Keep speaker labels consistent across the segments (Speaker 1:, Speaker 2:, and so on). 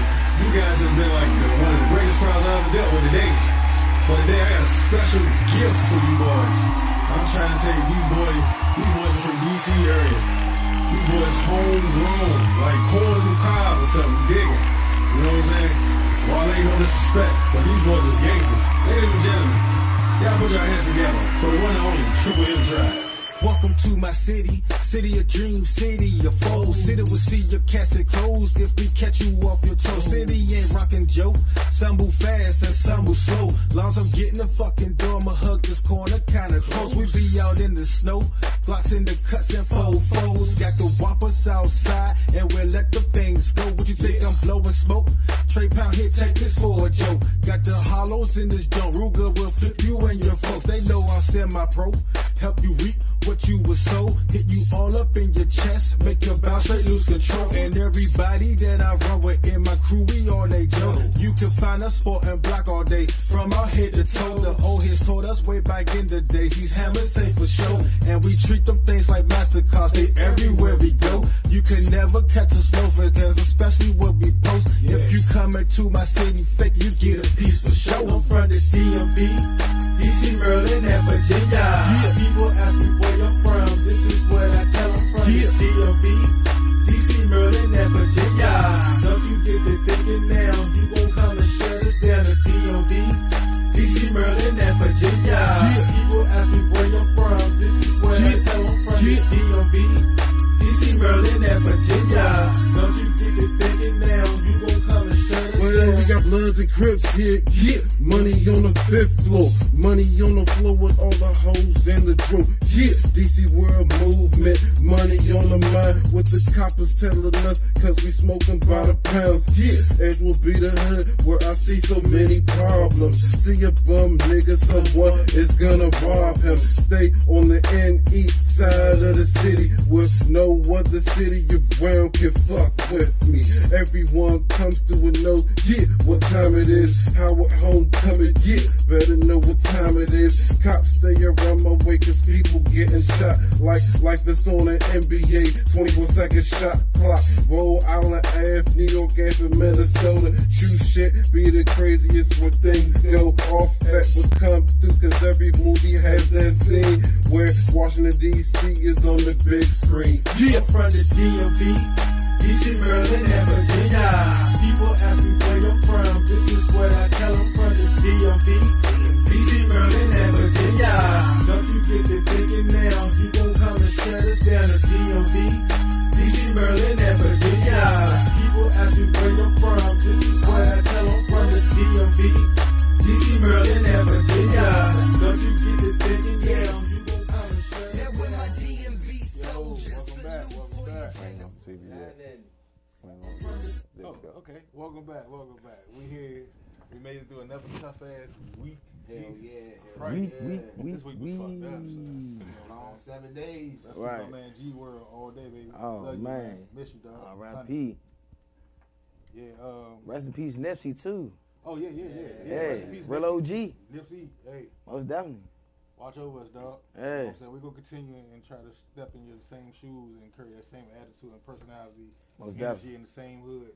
Speaker 1: guys have been like uh, one of the greatest crowds I ever dealt with today. But today I got a special gift for you boys. I'm trying to tell you, these boys, these boys are from DC area. These boys homegrown, like corn on the cob or something, dig it. You know what I'm saying? Well, ain't no disrespect, but these boys is gangsters. Ladies and gentlemen, y'all put your hands together for the one and only Triple M Drive.
Speaker 2: Welcome to my city, city of dreams, city of foes. City will see your cats and closed if we catch you off your toe. City ain't rockin' joke. Some move fast and some move slow. Long as I'm getting the fucking door, I'ma hug this corner kinda close. We be out in the snow, blocks in the cuts and foes. Got the whoppers outside and we'll let the things go. What you think I'm blowing smoke? Trey Pound here, take this for a joke. Got the hollows in this joint. Ruger will flip you and your folks. They know I'm semi-pro. Help you reap what you were so hit you all up in your chest make your bow straight lose control and everybody that i run with in my crew we all they joe you can find us for and block all day from our head to toe the old heads told us way back in the days these hammers safe for show and we treat them things like mastercards they everywhere we go you can never catch us no cause especially when we post if you coming to my city fake you get a piece for show i'm from the dmv DC, Maryland, and Virginia. Yeah. People ask me where you're from. This is what I tell them from yeah. the DMV. DC, Maryland, and Virginia. Don't you get to thinking now? You gon' come and shut us down the DMV. DC, Maryland, and Virginia. Yeah. People ask me where you're from. This is what I tell them from the DMV. DC, Maryland, and Virginia. Don't you get to thinking now? You gon' come and shut us
Speaker 1: Well,
Speaker 2: down.
Speaker 1: we got Bloods and Crips here. Yeah, money on the fifth floor. Money on the floor with all the hoes in the room. Yeah, DC World Movement. Money on the mind with the coppers telling us, cause we smoking by the pounds. Yeah, Edge will be the hood where I see so many problems. See a bum nigga, someone is gonna rob him. Stay on the NE side of the city with no other city around can fuck with me. Everyone comes to and knows, yeah, what time it is. How at homecoming, yeah, better know what time it is. Cops stay around my way cause people getting shot. Like life is on an NBA 24 second shot clock. Roll Island Ave, New York Ave, and Minnesota. True shit be the craziest when things go off. That would come through cause every movie has that scene where Washington D.C. is on the big screen.
Speaker 2: Yeah, from the DMV, DC, Maryland, and Virginia. People ask me where you're from. This is what I tell them from the DMV, DC, Maryland, and Virginia. Don't you get to thinking now? You gon' come and shut us down the DMV, DC, Maryland, and Virginia. People ask me where you're from. This is what I tell them from the DMV, DC, Maryland, and Virginia. Don't you get to thinking now? You gon' come and shut us down.
Speaker 3: Welcome back. Welcome back.
Speaker 4: Ain't on TV yet. Ain't on TV yet. There
Speaker 3: Oh,
Speaker 4: we go.
Speaker 3: okay. Welcome back. Welcome back. We here. We made it through another tough ass week.
Speaker 5: Hell yeah. Hell
Speaker 3: Right.
Speaker 5: yeah.
Speaker 4: We-
Speaker 3: This week was
Speaker 4: we-
Speaker 3: fucked up.
Speaker 4: we-
Speaker 3: So.
Speaker 5: Long seven days.
Speaker 3: That's
Speaker 4: Right.
Speaker 3: right. my man G World all day, baby.
Speaker 4: Oh,
Speaker 3: Love you,
Speaker 4: man.
Speaker 3: Miss you,
Speaker 5: Oh.
Speaker 4: Uh,
Speaker 3: dog.
Speaker 4: R.I.P.
Speaker 3: Yeah. Um,
Speaker 4: Rest in peace, Nipsey too.
Speaker 3: oh yeah, yeah, yeah. yeah. Rest
Speaker 4: Hey,
Speaker 3: in peace,
Speaker 4: real OG.
Speaker 3: Nip- Nipsey. Hey,
Speaker 4: Most definitely.
Speaker 3: watch over us, dog. You know what
Speaker 4: Hey,
Speaker 3: I'm saying we're gonna continue and try to step in your same shoes and carry that same attitude and personality,
Speaker 4: most definitely.
Speaker 3: energy in the same hood.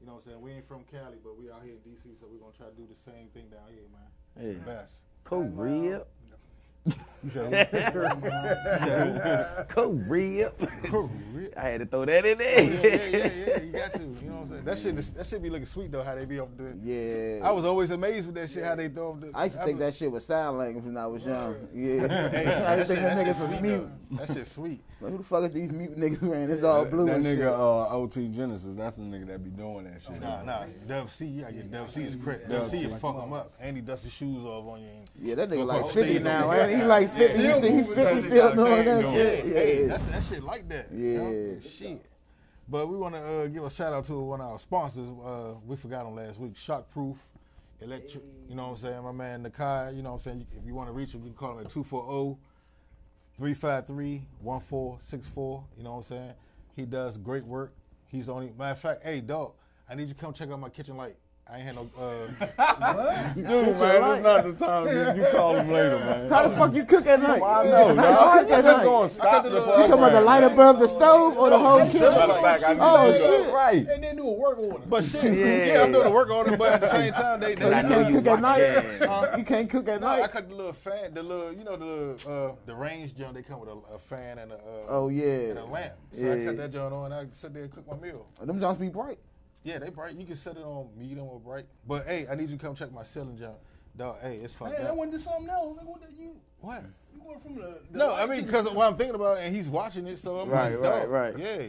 Speaker 3: You know what I'm saying? We ain't from Cali, but we out here in DC, so we're gonna try to do the same thing down here, man.
Speaker 4: Hey,
Speaker 3: Best.
Speaker 4: Korea,
Speaker 3: You said who?
Speaker 4: Korea.
Speaker 3: Korea.
Speaker 4: I had to throw that in
Speaker 3: yeah,
Speaker 5: Oh,
Speaker 3: yeah, yeah,
Speaker 4: there.
Speaker 3: yeah. You got to. You know what I'm saying? That shit, is, that shit be looking sweet though. How they be off the.
Speaker 5: Yeah.
Speaker 3: I was always amazed with that shit. How they throw off the.
Speaker 5: I used to think
Speaker 3: be-
Speaker 5: that shit was sign language when I was young. Yeah. I used to think them niggas was mute.
Speaker 3: That shit sweet.
Speaker 5: Like, who the fuck is these mute niggas wearing? It's all blue
Speaker 4: that
Speaker 5: and shit.
Speaker 4: nigga, uh, OT Genesis, that's the nigga that be doing that shit.
Speaker 3: Nah, nah. Dub C, you gotta get Dub C is crazy. Dub C, you fuck him up. And he dust his shoes off on you. And
Speaker 5: yeah, that nigga
Speaker 3: Go
Speaker 5: like
Speaker 3: off
Speaker 5: 50
Speaker 3: stage
Speaker 5: now,
Speaker 3: over
Speaker 5: right? He like 50.
Speaker 4: Yeah.
Speaker 5: He think he 50 still doing that shit. Yeah.
Speaker 3: That's, that shit like that. you know?
Speaker 5: Yeah.
Speaker 3: Shit. But we want to uh, give a shout out to one of our sponsors. Uh, we forgot them last week. Shockproof Electric. You know what I'm saying? My man Nakai. You know what I'm saying? If you want to reach him, you can call him at oh, 240 353 1464. You know what I'm saying? He does great work. He's the only. Matter of fact, hey, dog, I need you to come check out my kitchen light.
Speaker 1: I ain't had no. Uh,
Speaker 5: Dude, man, it's not the time. Dude. You call him later, man.
Speaker 6: How the fuck you cook at night?
Speaker 5: I know,
Speaker 6: How you
Speaker 5: dog.
Speaker 6: cook at night?
Speaker 5: going to stop the
Speaker 6: You talking about the light above the stove or the whole kitchen? Oh,
Speaker 5: Oh,
Speaker 6: shit.
Speaker 5: shit. Right.
Speaker 2: And then do a work order.
Speaker 1: but
Speaker 6: Mm-hmm.
Speaker 1: shit, yeah,
Speaker 5: Yeah.
Speaker 1: I'm doing the work order, but at the same time, they.
Speaker 6: So
Speaker 1: they
Speaker 6: you
Speaker 5: I know
Speaker 6: can't
Speaker 5: you
Speaker 6: cook at night.
Speaker 5: watching.
Speaker 6: Huh? You can't cook at
Speaker 1: no, I
Speaker 6: night.
Speaker 1: cut the little fan, the little, you know, the little, uh, the range joint. They come with a, a fan and a. Uh,
Speaker 6: Oh yeah.
Speaker 1: And a lamp. So I
Speaker 6: Yeah.
Speaker 1: cut that joint on. and I sit there and cook my meal.
Speaker 6: Them Johns be bright.
Speaker 1: Yeah, they bright. You can set it on medium or bright. But hey, I need you to come check my ceiling joint. Dog, hey, it's fucked
Speaker 2: Man, I
Speaker 1: up.
Speaker 2: went to something else. Like, what the, you,
Speaker 1: What?
Speaker 2: you going from the, the
Speaker 1: No,
Speaker 2: light
Speaker 1: I
Speaker 2: to
Speaker 1: mean
Speaker 2: the-
Speaker 1: because what I'm thinking about, and he's watching it, so I'm
Speaker 5: Right,
Speaker 1: like,
Speaker 5: right,
Speaker 1: dog,
Speaker 5: right.
Speaker 1: Yeah,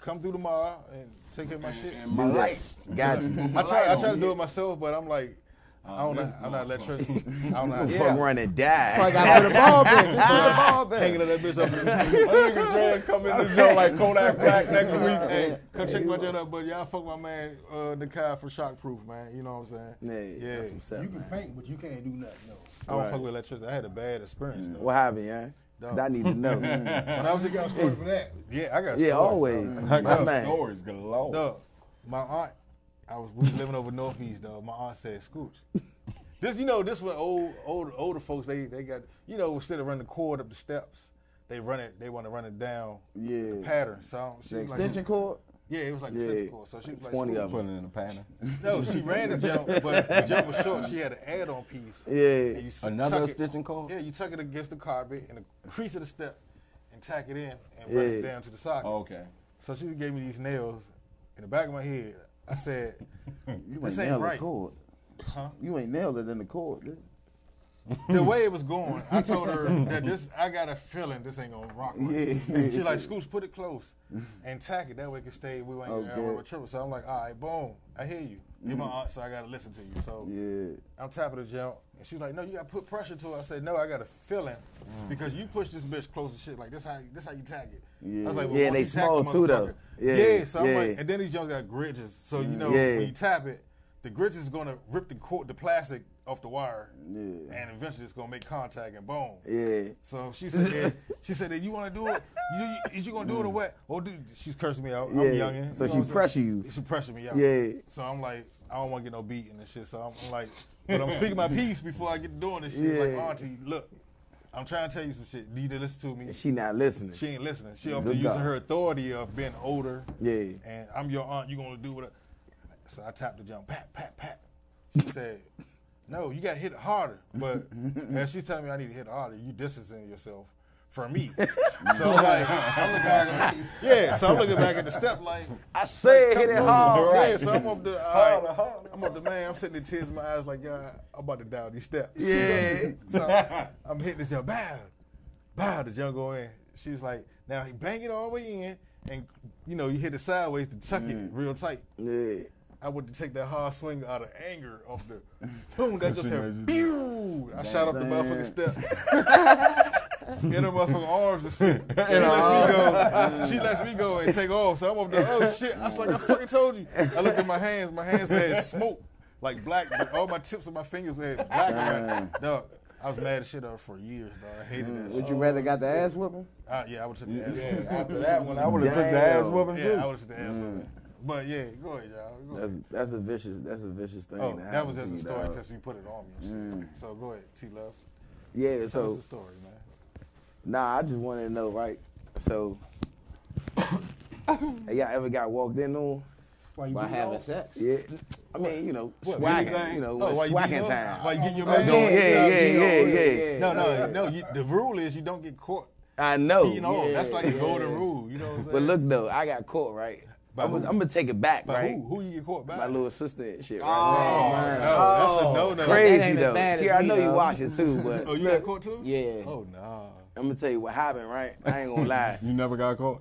Speaker 1: come through tomorrow and take care of my shit.
Speaker 5: My light. Got you.
Speaker 1: I try, I try to do it myself, but I'm like, I don't know. I'm not electricity. I don't know. How to
Speaker 5: Fuck run and
Speaker 6: I
Speaker 5: die.
Speaker 6: got to put a ball back. Just put the ball
Speaker 1: Hanging
Speaker 6: back.
Speaker 1: that bitch up.
Speaker 5: nigga Dreads come in this joint like Kodak Black next week.
Speaker 1: hey, come check my joint up, but y'all fuck my man uh, Nakai for shockproof, man. You know what I'm saying?
Speaker 5: Yeah, that's what's up.
Speaker 2: You can paint, but you can't do nothing, no.
Speaker 1: I don't
Speaker 5: Right.
Speaker 1: fuck with electricity. I had a bad experience. Though.
Speaker 5: What happened, yeah? 'Cause I need to know.
Speaker 1: When I was a
Speaker 2: You got a story for that.
Speaker 1: yeah, I got
Speaker 5: yeah,
Speaker 1: scarred.
Speaker 5: always. My man.
Speaker 2: Stories galore.
Speaker 1: Dog, my aunt, I was we was living over northeast. Dog, my aunt said, "Scooch." This, you know, this when old, old, older folks they they got you know instead of running the cord up the steps, they run it. They want to run it down. The
Speaker 6: Yeah.
Speaker 1: pattern. So she was like,
Speaker 6: Extension cord.
Speaker 1: yeah, it was like
Speaker 5: Yeah,
Speaker 1: extension cord. So she was like,
Speaker 5: twenty
Speaker 1: "Scooch."
Speaker 5: of
Speaker 2: Put it
Speaker 5: them.
Speaker 2: in the pattern.
Speaker 1: No, she ran the jump, but the jump was short. She had an add-on piece.
Speaker 5: Yeah.
Speaker 1: you s-
Speaker 2: Another
Speaker 1: tuck it-
Speaker 2: extension cord?
Speaker 1: Yeah, you tuck it against the carpet and the crease of the step, and tack it in and run it
Speaker 5: Yeah.
Speaker 1: down to the socket.
Speaker 2: Oh, Okay.
Speaker 1: So she gave me these nails in the back of my head. I said,
Speaker 6: You ain't
Speaker 1: "This ain't
Speaker 6: nailed the
Speaker 1: right."
Speaker 6: cord. You ain't nailed it in the cord. dude.
Speaker 1: The way it was going, I told her that this. I got a feeling this ain't gonna rock. right.
Speaker 6: Yeah.
Speaker 1: And She's like, "Scooch, put it close and tack it. That way it can stay. We ain't uh,
Speaker 6: Okay.
Speaker 1: okay. worry about tripping." So I'm like, "All right, boom. I hear you. You're my aunt, so I gotta listen to you." So
Speaker 6: Mm-hmm. Yeah.
Speaker 1: I'm tapping the jump, and she's like, "No, you gotta put pressure to it." I said, "No, I got a feeling
Speaker 5: Mm.
Speaker 1: because you push this bitch close to shit. Like this how this how you tag it." I
Speaker 6: Yeah.
Speaker 1: was like,
Speaker 5: Yeah,
Speaker 1: once
Speaker 5: they
Speaker 1: you tag the
Speaker 5: small too, though.
Speaker 1: motherfucker-
Speaker 5: Yeah,
Speaker 1: yeah. So I'm like,
Speaker 5: yeah. Mm.
Speaker 1: and then these jumps got gridges, so you know
Speaker 5: Yeah.
Speaker 1: when you tap it, the gridges is gonna rip the cord, the plastic off the wire,
Speaker 6: Yeah.
Speaker 1: and eventually it's gonna make contact and boom.
Speaker 5: Yeah.
Speaker 1: So she said, that, she said that you want to do it. You, you- is you gonna do it or what? Well, dude, she's cursing me out. I'm
Speaker 5: Mm. Yeah.
Speaker 1: youngin.
Speaker 5: So
Speaker 1: You know
Speaker 5: she
Speaker 1: what I'm
Speaker 5: pressure
Speaker 1: saying?
Speaker 5: you.
Speaker 1: She pressure me out.
Speaker 5: Yeah.
Speaker 1: So I'm like, I don't want to get no beat and this shit. So I'm, I'm like, but I'm speaking my piece before I get to doing this shit. Like,
Speaker 5: Yeah.
Speaker 1: auntie, look, I'm trying to tell you some shit. You need to listen to me.
Speaker 5: She not listening.
Speaker 1: She ain't listening. She up to
Speaker 5: Good
Speaker 1: using
Speaker 5: God.
Speaker 1: her authority of being older.
Speaker 5: Yeah.
Speaker 1: And I'm your aunt. You gonna do what? I... So I tapped the jump. Pat, pat, pat. She said, "No, you got to hit it harder." But as she's telling me I need to hit it harder, you distancing yourself from me. so I'm like, I'm looking back. At the, yeah. So I'm looking back at the step like.
Speaker 5: I said hit it hard.
Speaker 1: Yeah, so I'm up the, all right, I'm up the man. I'm sitting there tears in my eyes like, yeah, I'm about to dial these steps.
Speaker 5: Yeah.
Speaker 1: so I'm hitting this jump, bow, bow. The jump go in. She was like, now he bang it all the way in, and you know you hit it sideways to tuck it real tight.
Speaker 5: Yeah.
Speaker 1: I went to take that hard swing out of anger off the boom. That just
Speaker 2: She made
Speaker 1: happened.
Speaker 2: you-
Speaker 1: Pew! I shot up the
Speaker 6: Damn.
Speaker 1: motherfucking steps. In her motherfucking arms and shit. She lets me go. She lets me go and take off. So I'm up there. Oh shit! I was like, I fucking told you. I looked at my hands. My hands had smoke, like black. All my tips of my fingers had black. Dog, I was mad as shit up for years. Dog, I hated that.
Speaker 6: Would
Speaker 1: Shit.
Speaker 6: you rather got the ass whooping?
Speaker 1: Uh, yeah, I would took the ass.
Speaker 2: Yeah,
Speaker 1: whooping.
Speaker 2: after that one, I
Speaker 5: would have took the ass whooping
Speaker 1: Yeah, I would took the ass. whooping. But yeah, go ahead, y'all. Go ahead.
Speaker 5: That's that's a vicious that's a vicious thing.
Speaker 1: Oh,
Speaker 5: to
Speaker 1: that
Speaker 5: happen
Speaker 1: was
Speaker 5: to
Speaker 1: just a
Speaker 5: you,
Speaker 1: story
Speaker 5: dog.
Speaker 1: because you put it on me. and shit. So go ahead, T Love.
Speaker 5: Yeah.
Speaker 1: Tell
Speaker 5: mm. So
Speaker 1: us the story, man.
Speaker 5: Nah, I just wanted to know, right? So, have y'all ever got walked in on?
Speaker 2: Why you
Speaker 6: By
Speaker 2: do it all?
Speaker 6: having sex?
Speaker 5: Yeah. I mean, you know,
Speaker 2: What,
Speaker 5: swagging,
Speaker 2: anything?
Speaker 5: you know,
Speaker 1: Oh, why you
Speaker 5: swagging
Speaker 1: getting-
Speaker 5: time.
Speaker 1: Why you getting your
Speaker 2: Oh,
Speaker 1: man?
Speaker 5: yeah, yeah, yeah, yeah,
Speaker 1: No, no, no. You, the rule is you don't get caught
Speaker 5: I know.
Speaker 1: beating off. That's like the
Speaker 6: yeah.
Speaker 1: golden rule. You know what I'm saying?
Speaker 5: But look, though, I got caught, right?
Speaker 1: By
Speaker 5: I'm
Speaker 1: who?
Speaker 5: gonna I'm gonna take it back,
Speaker 1: By
Speaker 5: right?
Speaker 1: who? Who you get caught by?
Speaker 5: My little sister and shit, right?
Speaker 1: Oh,
Speaker 6: man.
Speaker 1: no, that's a no, no.
Speaker 6: That
Speaker 5: Crazy
Speaker 6: ain't as
Speaker 5: though.
Speaker 6: bad as
Speaker 5: Here, I
Speaker 6: me,
Speaker 5: know you
Speaker 6: though.
Speaker 5: watching too, but
Speaker 1: Oh, you got caught too?
Speaker 6: Yeah.
Speaker 1: Oh no,
Speaker 5: I'm gonna tell you what happened, right? I ain't gonna lie.
Speaker 2: You never got caught?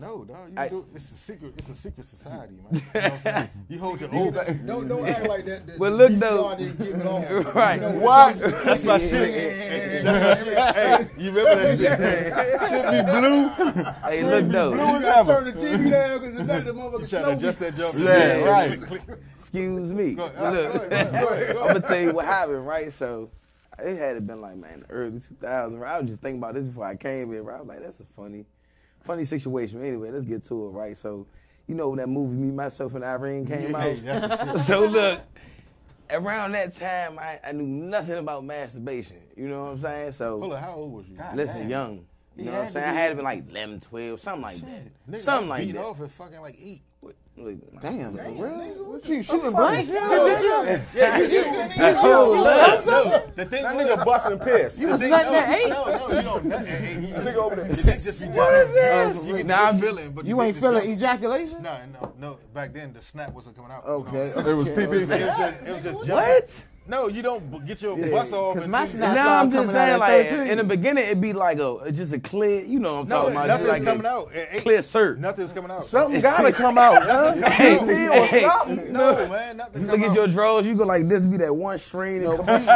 Speaker 1: no, dog. You
Speaker 5: I-
Speaker 1: do, it's a secret. It's a secret society, man. You, know what I'm saying? you hold your oath.
Speaker 2: Don't, don't act like that. that
Speaker 5: But
Speaker 2: the
Speaker 5: look,
Speaker 2: VCR
Speaker 5: though.
Speaker 2: didn't give it all.
Speaker 5: right?
Speaker 2: You know,
Speaker 5: What?
Speaker 1: That's my shit. That's my shit. Hey, you remember that shit?
Speaker 5: Should be blue. hey, look though.
Speaker 2: You gotta turn the TV down because it's not the motherfucker
Speaker 1: You trying to
Speaker 2: snow.
Speaker 1: adjust that jump?
Speaker 5: Yeah,
Speaker 1: right.
Speaker 5: Excuse me.
Speaker 1: Go-
Speaker 5: But
Speaker 1: all right,
Speaker 5: look,
Speaker 1: go ahead, go ahead, go
Speaker 5: I'm
Speaker 1: ahead.
Speaker 5: gonna tell you what happened, right? So it had been like man, the early 2000s. Right? I was just thinking about this before I came here. Right? I was like, that's a funny, funny situation. But Anyway, let's get to it, right? So you know when that movie Me, Myself, and Irene came
Speaker 1: Hey,
Speaker 5: out.
Speaker 1: that's the shit.
Speaker 5: so look, around that time, I, I knew nothing about masturbation. You know what I'm saying?
Speaker 1: Hold
Speaker 5: So
Speaker 1: on, how old was you?
Speaker 5: listen,
Speaker 2: damn.
Speaker 5: young.
Speaker 2: He
Speaker 5: You know what
Speaker 2: had
Speaker 5: I'm
Speaker 2: to
Speaker 5: saying? I
Speaker 2: be-
Speaker 5: had to be like 11, 12, something like that. Something like
Speaker 1: beat
Speaker 5: that.
Speaker 1: off at fucking like eight.
Speaker 5: Look,
Speaker 6: Damn, for real?
Speaker 2: What
Speaker 6: You shooting blanks?
Speaker 1: Yeah, you, the thing
Speaker 2: That nigga busting piss.
Speaker 6: You was nothing at eight.
Speaker 1: No, no, you don't. That ain't eight.
Speaker 2: nigga over there.
Speaker 1: Your dick just be jumping.
Speaker 6: this?
Speaker 1: You
Speaker 5: Nah,
Speaker 1: nah,
Speaker 5: I'm-
Speaker 1: feeling, but
Speaker 6: You
Speaker 1: your
Speaker 6: ain't
Speaker 1: dick just
Speaker 6: feeling ejaculation?
Speaker 1: jumping. No, no, no. Back then, the snap wasn't coming out. you know what
Speaker 6: Okay.
Speaker 1: I'm saying?
Speaker 6: It was PP.
Speaker 1: It was just, it was just jumping.
Speaker 5: What?
Speaker 1: No, you don't b- get your bus off.
Speaker 6: 'cause
Speaker 1: until
Speaker 6: my
Speaker 1: you-
Speaker 6: snap-
Speaker 5: No,
Speaker 6: That's all
Speaker 5: I'm
Speaker 6: coming
Speaker 5: just
Speaker 6: out
Speaker 5: saying,
Speaker 6: at
Speaker 5: like,
Speaker 6: 13.
Speaker 5: in the beginning, it'd be like a it's just a clear, you know what I'm
Speaker 1: No,
Speaker 5: talking about. just
Speaker 1: nothing's
Speaker 5: like
Speaker 1: coming
Speaker 5: a,
Speaker 1: out. It ain't-
Speaker 5: Clear cert.
Speaker 1: Nothing's coming out.
Speaker 2: Something gotta come out, huh?
Speaker 5: Hey, hey,
Speaker 1: No, man, nothing
Speaker 5: Look
Speaker 1: come
Speaker 5: at
Speaker 1: out.
Speaker 5: your drawers. You go like this, be that one string. and come-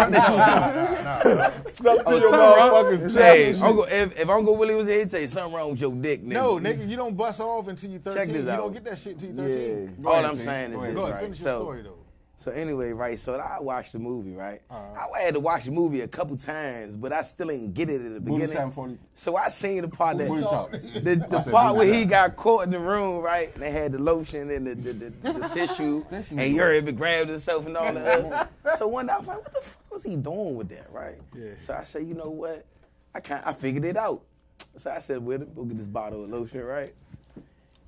Speaker 2: Stuck to
Speaker 5: Oh,
Speaker 2: your
Speaker 5: something wrong-
Speaker 2: motherfucking
Speaker 5: Hey,
Speaker 2: chest.
Speaker 5: Uncle, if, if Uncle Willie was here, he'd say something wrong with your dick, nigga.
Speaker 1: No, nigga, you don't bust off until you're 13.
Speaker 5: this
Speaker 1: you
Speaker 5: out.
Speaker 1: don't get that shit until you're 13.
Speaker 6: Yeah.
Speaker 5: All
Speaker 2: ahead,
Speaker 5: I'm
Speaker 2: T.
Speaker 5: saying is
Speaker 2: Go ahead.
Speaker 5: this,
Speaker 1: Go ahead,
Speaker 5: right?
Speaker 1: finish your
Speaker 5: so,
Speaker 1: story, though.
Speaker 5: so anyway, right? So I watched the movie, right?
Speaker 2: Uh-huh.
Speaker 5: I had to watch the movie a couple times, but I still ain't get it at
Speaker 2: Booty
Speaker 5: the beginning.
Speaker 2: 740.
Speaker 5: So I seen the part that
Speaker 2: Booty talk.
Speaker 5: the, the part where he got caught in the room, right? And they had the lotion and the, the, the, the tissue,
Speaker 2: This
Speaker 5: and
Speaker 2: nigga.
Speaker 5: he heard it grabbed himself and all that. so one day I was like, "What the fuck was he doing with that?" Right?
Speaker 1: Yeah.
Speaker 5: So I said, "You know what? I can I figured it out." So I said, "Well, we'll get this bottle of lotion, right?"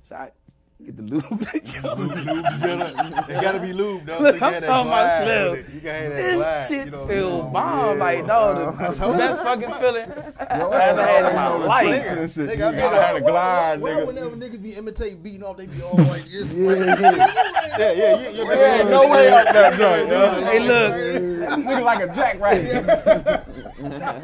Speaker 5: So I get the lube.
Speaker 1: It gotta be lube, though.
Speaker 5: Look,
Speaker 1: so
Speaker 5: I'm
Speaker 1: you gotta
Speaker 5: talking about
Speaker 1: glide with
Speaker 5: Slim.
Speaker 1: it. You gotta have that
Speaker 5: This
Speaker 1: glide.
Speaker 5: shit
Speaker 1: you know what I'm
Speaker 5: feel
Speaker 1: saying?
Speaker 5: bomb. Like, dog, the, the best fucking feeling I ever had in my life.
Speaker 2: Nigga,
Speaker 1: Nigga, I
Speaker 2: nigga,
Speaker 1: been
Speaker 2: I
Speaker 1: out-
Speaker 2: had to glide,
Speaker 7: Why
Speaker 2: nigga.
Speaker 7: whenever niggas be imitating beating off, they be all like this?
Speaker 1: Yeah, yeah, you, you're
Speaker 2: There ain't no way up that joint, huh?
Speaker 5: Hey, look.
Speaker 2: Nigga like a jackrabbit.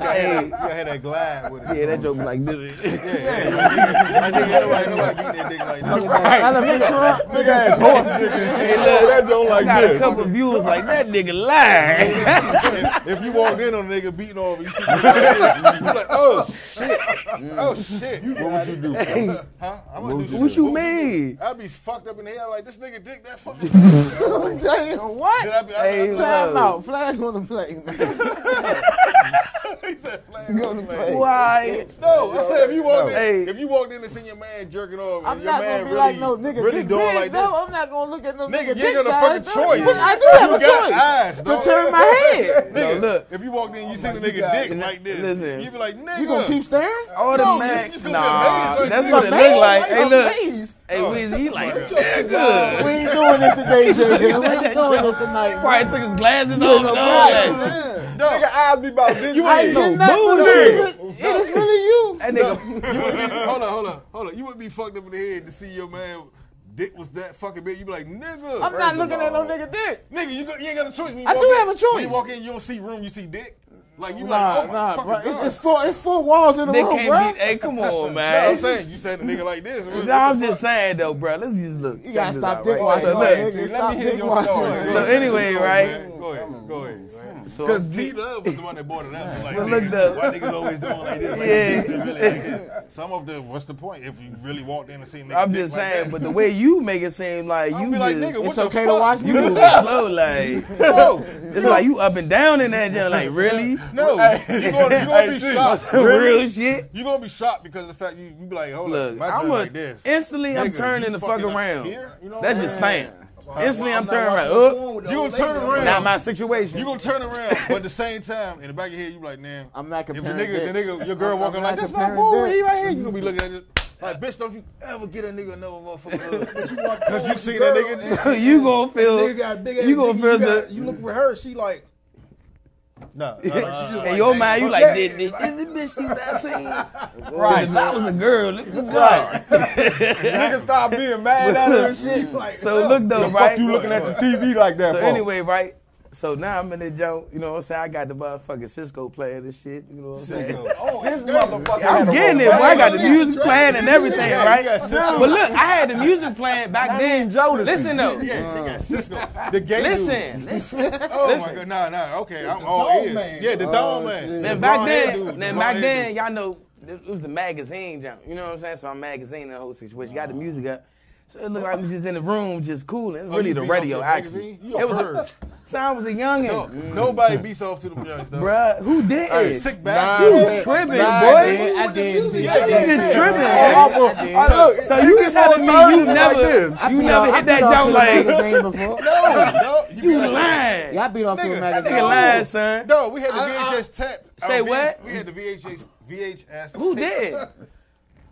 Speaker 5: Hey.
Speaker 1: You gotta have that glide with it.
Speaker 5: Yeah, that joke was like this.
Speaker 1: Like, nigga, nobody, nobody beat that nigga like that.
Speaker 6: Elephant trunk.
Speaker 2: Big ass horse dick and shit. That joint
Speaker 5: I
Speaker 2: like
Speaker 5: got a
Speaker 2: this.
Speaker 5: couple viewers like, that nigga lied.
Speaker 1: If, if you walk in on a nigga beating off, you see the nigga, you like, oh shit, oh shit.
Speaker 2: What would you do?
Speaker 1: huh? I'm gonna do
Speaker 5: What
Speaker 1: shit.
Speaker 5: you mean?
Speaker 1: I'd be fucked up in the head like this nigga dick that fucking. Then
Speaker 6: Damn, what?
Speaker 1: I be, I,
Speaker 5: Hey,
Speaker 1: I,
Speaker 6: Time out. Flag on the play.
Speaker 1: he said flag.
Speaker 6: Go to play.
Speaker 5: Why?
Speaker 1: No, I said if you walked in,
Speaker 5: Hey.
Speaker 1: if you walked in and seen your man jerking off, and
Speaker 6: I'm
Speaker 1: your
Speaker 6: not
Speaker 1: man
Speaker 6: gonna be
Speaker 1: really,
Speaker 6: like no nigga
Speaker 1: really
Speaker 6: dick
Speaker 1: doing
Speaker 6: big,
Speaker 1: like this.
Speaker 6: though. I'm not gonna look at no nigga,
Speaker 1: Nigga, you
Speaker 6: dick
Speaker 1: got a
Speaker 6: size,
Speaker 1: fucking
Speaker 6: though.
Speaker 1: choice.
Speaker 6: But I do have
Speaker 1: you
Speaker 6: a
Speaker 1: got
Speaker 6: choice.
Speaker 1: eyes,
Speaker 6: to
Speaker 1: dog.
Speaker 6: turn my head.
Speaker 5: No,
Speaker 1: Nigga,
Speaker 5: look.
Speaker 1: if you walked in,
Speaker 5: Oh
Speaker 1: and you see the nigga dick like this.
Speaker 5: Listen.
Speaker 1: you be like, nigga,
Speaker 6: You gonna keep staring?
Speaker 5: All
Speaker 1: No,
Speaker 5: the
Speaker 1: you
Speaker 5: man.
Speaker 1: just gonna be
Speaker 5: Nah,
Speaker 1: amazed like
Speaker 5: that's
Speaker 1: this.
Speaker 5: what it look like. Hey,
Speaker 6: I'm
Speaker 5: look.
Speaker 6: amazed.
Speaker 5: Hey, Weezy, he like,
Speaker 6: We
Speaker 5: nigga.
Speaker 6: ain't doing this today, Jurgen. We ain't doing this tonight.
Speaker 5: Probably
Speaker 6: man.
Speaker 5: took his glasses off and all that.
Speaker 2: Nigga, eyes be about this. You
Speaker 6: I
Speaker 2: ain't
Speaker 6: ain't
Speaker 2: no.
Speaker 6: getting nothing. but
Speaker 5: bullshit.
Speaker 6: it is- It is really you.
Speaker 5: That nigga,
Speaker 1: hold on, hold on, hold on. You would be fucked up in the head to see your man dick was that fucking big. You be like, nigga,
Speaker 6: I'm not looking at no nigga dick.
Speaker 1: nigga. You, go, you ain't got a choice. When you
Speaker 6: I
Speaker 1: walk
Speaker 6: do
Speaker 1: in,
Speaker 6: have a
Speaker 1: When you
Speaker 6: choice.
Speaker 1: walk in, you don't see room. You see dick. Like you be
Speaker 6: Nah,
Speaker 1: like, oh my
Speaker 6: nah,
Speaker 1: fucking
Speaker 6: bro. It's,
Speaker 1: god.
Speaker 6: it's four. It's four walls in the
Speaker 5: Nick
Speaker 6: room, bro.
Speaker 5: can't beat. Hey, come on,
Speaker 1: No, I'm
Speaker 5: man.
Speaker 1: saying you said a nigga like this.
Speaker 5: No, I'm just saying though, bro. Let's just look.
Speaker 6: You
Speaker 5: Check
Speaker 6: gotta
Speaker 5: this
Speaker 6: stop
Speaker 5: out,
Speaker 6: dick
Speaker 5: right?
Speaker 6: watching.
Speaker 5: So
Speaker 6: my
Speaker 5: look.
Speaker 6: nigga.
Speaker 2: Let me
Speaker 6: Stop
Speaker 2: hear
Speaker 6: dick
Speaker 2: your
Speaker 6: watching.
Speaker 2: story.
Speaker 5: So anyway, right?
Speaker 1: Man, Go ahead, go ahead.
Speaker 5: So
Speaker 1: Because T Love was the one that brought it up. Like,
Speaker 5: But look,
Speaker 1: nigga,
Speaker 5: though.
Speaker 1: why niggas always doing like this? Like,
Speaker 5: Yeah.
Speaker 1: this is really like this. Some of the what's the point if you really walked in and seen nigga
Speaker 5: I'm
Speaker 1: dick
Speaker 5: just
Speaker 1: like
Speaker 5: saying,
Speaker 1: that?
Speaker 5: but the way you make it seem like
Speaker 1: I'll
Speaker 5: you
Speaker 1: be
Speaker 5: just
Speaker 1: like, nigga, what
Speaker 6: It's
Speaker 1: the
Speaker 6: okay
Speaker 1: fuck?
Speaker 6: to watch
Speaker 5: you
Speaker 6: you.
Speaker 5: slow, like
Speaker 1: No,
Speaker 5: it's like you up and down in that jump, like really,
Speaker 1: no, you gonna you gonna be shocked.
Speaker 5: real shit.
Speaker 1: You gonna be shocked because of the fact you you be like, hold
Speaker 5: Look,
Speaker 1: up, my
Speaker 5: I'm
Speaker 1: joint
Speaker 5: a,
Speaker 1: like this.
Speaker 5: instantly I'm
Speaker 1: Nigga,
Speaker 5: turning
Speaker 1: you
Speaker 5: the fuck
Speaker 1: fucking up
Speaker 5: around.
Speaker 1: here? You know what
Speaker 5: That's
Speaker 1: I'm
Speaker 5: just
Speaker 1: saying?
Speaker 5: stamp. Instantly I'm
Speaker 7: not
Speaker 5: turning
Speaker 7: watching
Speaker 5: right
Speaker 7: what's
Speaker 5: up.
Speaker 7: wrong with the
Speaker 1: You
Speaker 7: old
Speaker 1: gonna turn
Speaker 7: lady.
Speaker 1: around.
Speaker 5: Not my
Speaker 1: You
Speaker 5: situation.
Speaker 1: gonna turn around, but at the same time, in the back of your head, you be like, man,
Speaker 6: I'm not
Speaker 1: if the
Speaker 6: comparing
Speaker 1: nigga, the
Speaker 6: dicks.
Speaker 1: nigga, your girl walking
Speaker 6: I'm
Speaker 1: like
Speaker 6: not
Speaker 1: this, my
Speaker 6: comparing
Speaker 1: boy, he
Speaker 6: dicks.
Speaker 1: right here. You gonna be looking at it like, bitch, don't you ever get a nigga another motherfucker? Because you see that nigga.
Speaker 5: you gonna feel
Speaker 7: Nigga got a big ass
Speaker 5: you gonna
Speaker 7: dick, you,
Speaker 5: feel
Speaker 7: got-
Speaker 5: the
Speaker 7: you look with her, she like,
Speaker 1: No, no, no, no,
Speaker 5: in
Speaker 1: like,
Speaker 5: your
Speaker 1: nigga,
Speaker 5: mind. You
Speaker 1: fuck
Speaker 5: like
Speaker 1: that.
Speaker 5: did this bitch see what I seen?
Speaker 2: Right.
Speaker 5: If I was a girl, look look at her.
Speaker 2: Nigga stop being mad at her and shit. Like,
Speaker 5: So look though, right?
Speaker 2: fuck you looking at the TV like that
Speaker 5: So
Speaker 2: for?
Speaker 5: anyway, right? So now I'm in the joke, you know what I'm saying? I got the motherfucking Cisco playing this shit, you know what I'm saying?
Speaker 2: Oh, this motherfucker.
Speaker 5: I'm
Speaker 2: had a
Speaker 5: getting it,
Speaker 2: remote.
Speaker 5: boy. I got the music playing and everything,
Speaker 1: Yeah, you
Speaker 5: right?
Speaker 1: got Cisco.
Speaker 5: But look, I had the music playing back then. Joe, listen though.
Speaker 1: Yeah, she got Cisco, the gay dude.
Speaker 5: Listen, listen.
Speaker 1: Oh my
Speaker 5: listen.
Speaker 1: god, nah, nah, okay, I'm all
Speaker 2: dog
Speaker 1: in.
Speaker 2: man.
Speaker 1: Yeah, the dog man.
Speaker 5: Then
Speaker 1: The
Speaker 5: back
Speaker 1: blonde hair
Speaker 5: then,
Speaker 1: dude,
Speaker 5: then
Speaker 1: the
Speaker 5: back
Speaker 1: blonde hair
Speaker 5: then, y'all know it was the magazine jump. You know what I'm saying? So my magazine, and the whole situation. Got the music up.
Speaker 8: So it looked like we just in the room, just cooling. It was
Speaker 1: Oh,
Speaker 8: really
Speaker 1: you
Speaker 8: the
Speaker 1: beat off
Speaker 8: radio,
Speaker 1: to the
Speaker 8: actually.
Speaker 1: magazine? You a
Speaker 8: It was a,
Speaker 1: perv.
Speaker 8: so I was a youngin'.
Speaker 1: No, Nobody beats off to the drugs, though.
Speaker 8: Bruh, who did
Speaker 1: Hey,
Speaker 8: it?
Speaker 1: sick
Speaker 8: you
Speaker 1: bastard.
Speaker 8: tripping,
Speaker 6: I
Speaker 8: boy.
Speaker 6: did. I did. too.
Speaker 8: That nigga tripping.
Speaker 6: I did, I did.
Speaker 2: I look,
Speaker 8: So you
Speaker 2: get
Speaker 8: telling me
Speaker 2: more
Speaker 8: you
Speaker 2: thirsty
Speaker 8: never,
Speaker 2: like this.
Speaker 6: I
Speaker 8: you
Speaker 6: beat
Speaker 8: never
Speaker 6: off- I
Speaker 8: hit that
Speaker 6: beat off
Speaker 8: jump
Speaker 6: to a
Speaker 8: like,
Speaker 6: magazine before.
Speaker 1: No, no,
Speaker 8: you
Speaker 1: beat off-
Speaker 8: lying.
Speaker 6: Yeah, I beat off to a
Speaker 1: Nigga,
Speaker 6: magazine.
Speaker 8: Nigga lying, son.
Speaker 1: No, we had the VHS tap.
Speaker 8: Say
Speaker 1: uh, V-
Speaker 8: what?
Speaker 1: We had the VHS. VHS.
Speaker 8: Who
Speaker 1: tape.
Speaker 8: did?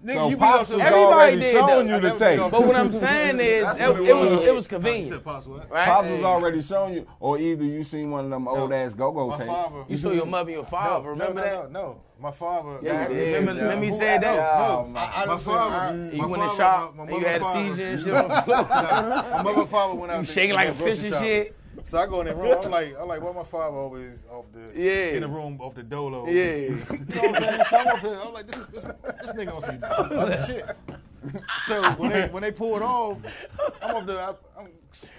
Speaker 1: Nigga,
Speaker 2: So
Speaker 1: you beat off
Speaker 2: Pops
Speaker 1: to
Speaker 2: was
Speaker 1: the
Speaker 8: Everybody
Speaker 2: already
Speaker 8: did
Speaker 2: showing
Speaker 8: that.
Speaker 2: you
Speaker 1: I
Speaker 2: the
Speaker 1: never did
Speaker 2: tape.
Speaker 1: off-
Speaker 8: But what I'm saying is,
Speaker 2: That's
Speaker 8: it,
Speaker 2: what it
Speaker 8: it was
Speaker 2: was.
Speaker 8: it was
Speaker 1: You said
Speaker 8: convenient,
Speaker 1: Pops what?
Speaker 8: right?
Speaker 2: Pops was already showing you, or either you seen one of them old ass go-go
Speaker 1: My
Speaker 2: tapes.
Speaker 1: father.
Speaker 8: you saw your mother and your father. remember
Speaker 1: no, no,
Speaker 8: that?
Speaker 1: No, no, my father.
Speaker 8: Yeah, you
Speaker 1: my-
Speaker 8: did.
Speaker 2: yeah,
Speaker 8: remember,
Speaker 2: yeah.
Speaker 8: remember you
Speaker 2: Who-
Speaker 8: said that.
Speaker 2: Oh, man.
Speaker 1: I, I
Speaker 6: My
Speaker 1: my
Speaker 6: father,
Speaker 1: father.
Speaker 6: mm,
Speaker 8: You
Speaker 1: my
Speaker 8: went in
Speaker 1: father-
Speaker 8: shop
Speaker 1: my
Speaker 8: and you
Speaker 1: mother
Speaker 8: had a
Speaker 1: father-
Speaker 8: seizure and shit on the floor.
Speaker 1: Nah, my mother father went out.
Speaker 8: You
Speaker 1: there
Speaker 8: shaking
Speaker 1: in
Speaker 8: like
Speaker 1: the
Speaker 8: a fish
Speaker 1: grocery
Speaker 8: and
Speaker 1: shop.
Speaker 8: shit.
Speaker 1: So I go in the room. I'm like, I'm like, why my father always off the
Speaker 8: Yeah.
Speaker 1: in the room off the dolo?
Speaker 8: Yeah.
Speaker 1: You know what I'm saying? So I'm, up here, I'm like, this, this, this nigga on some, some other shit. So when they when they pull it off, I'm up there. I, I'm,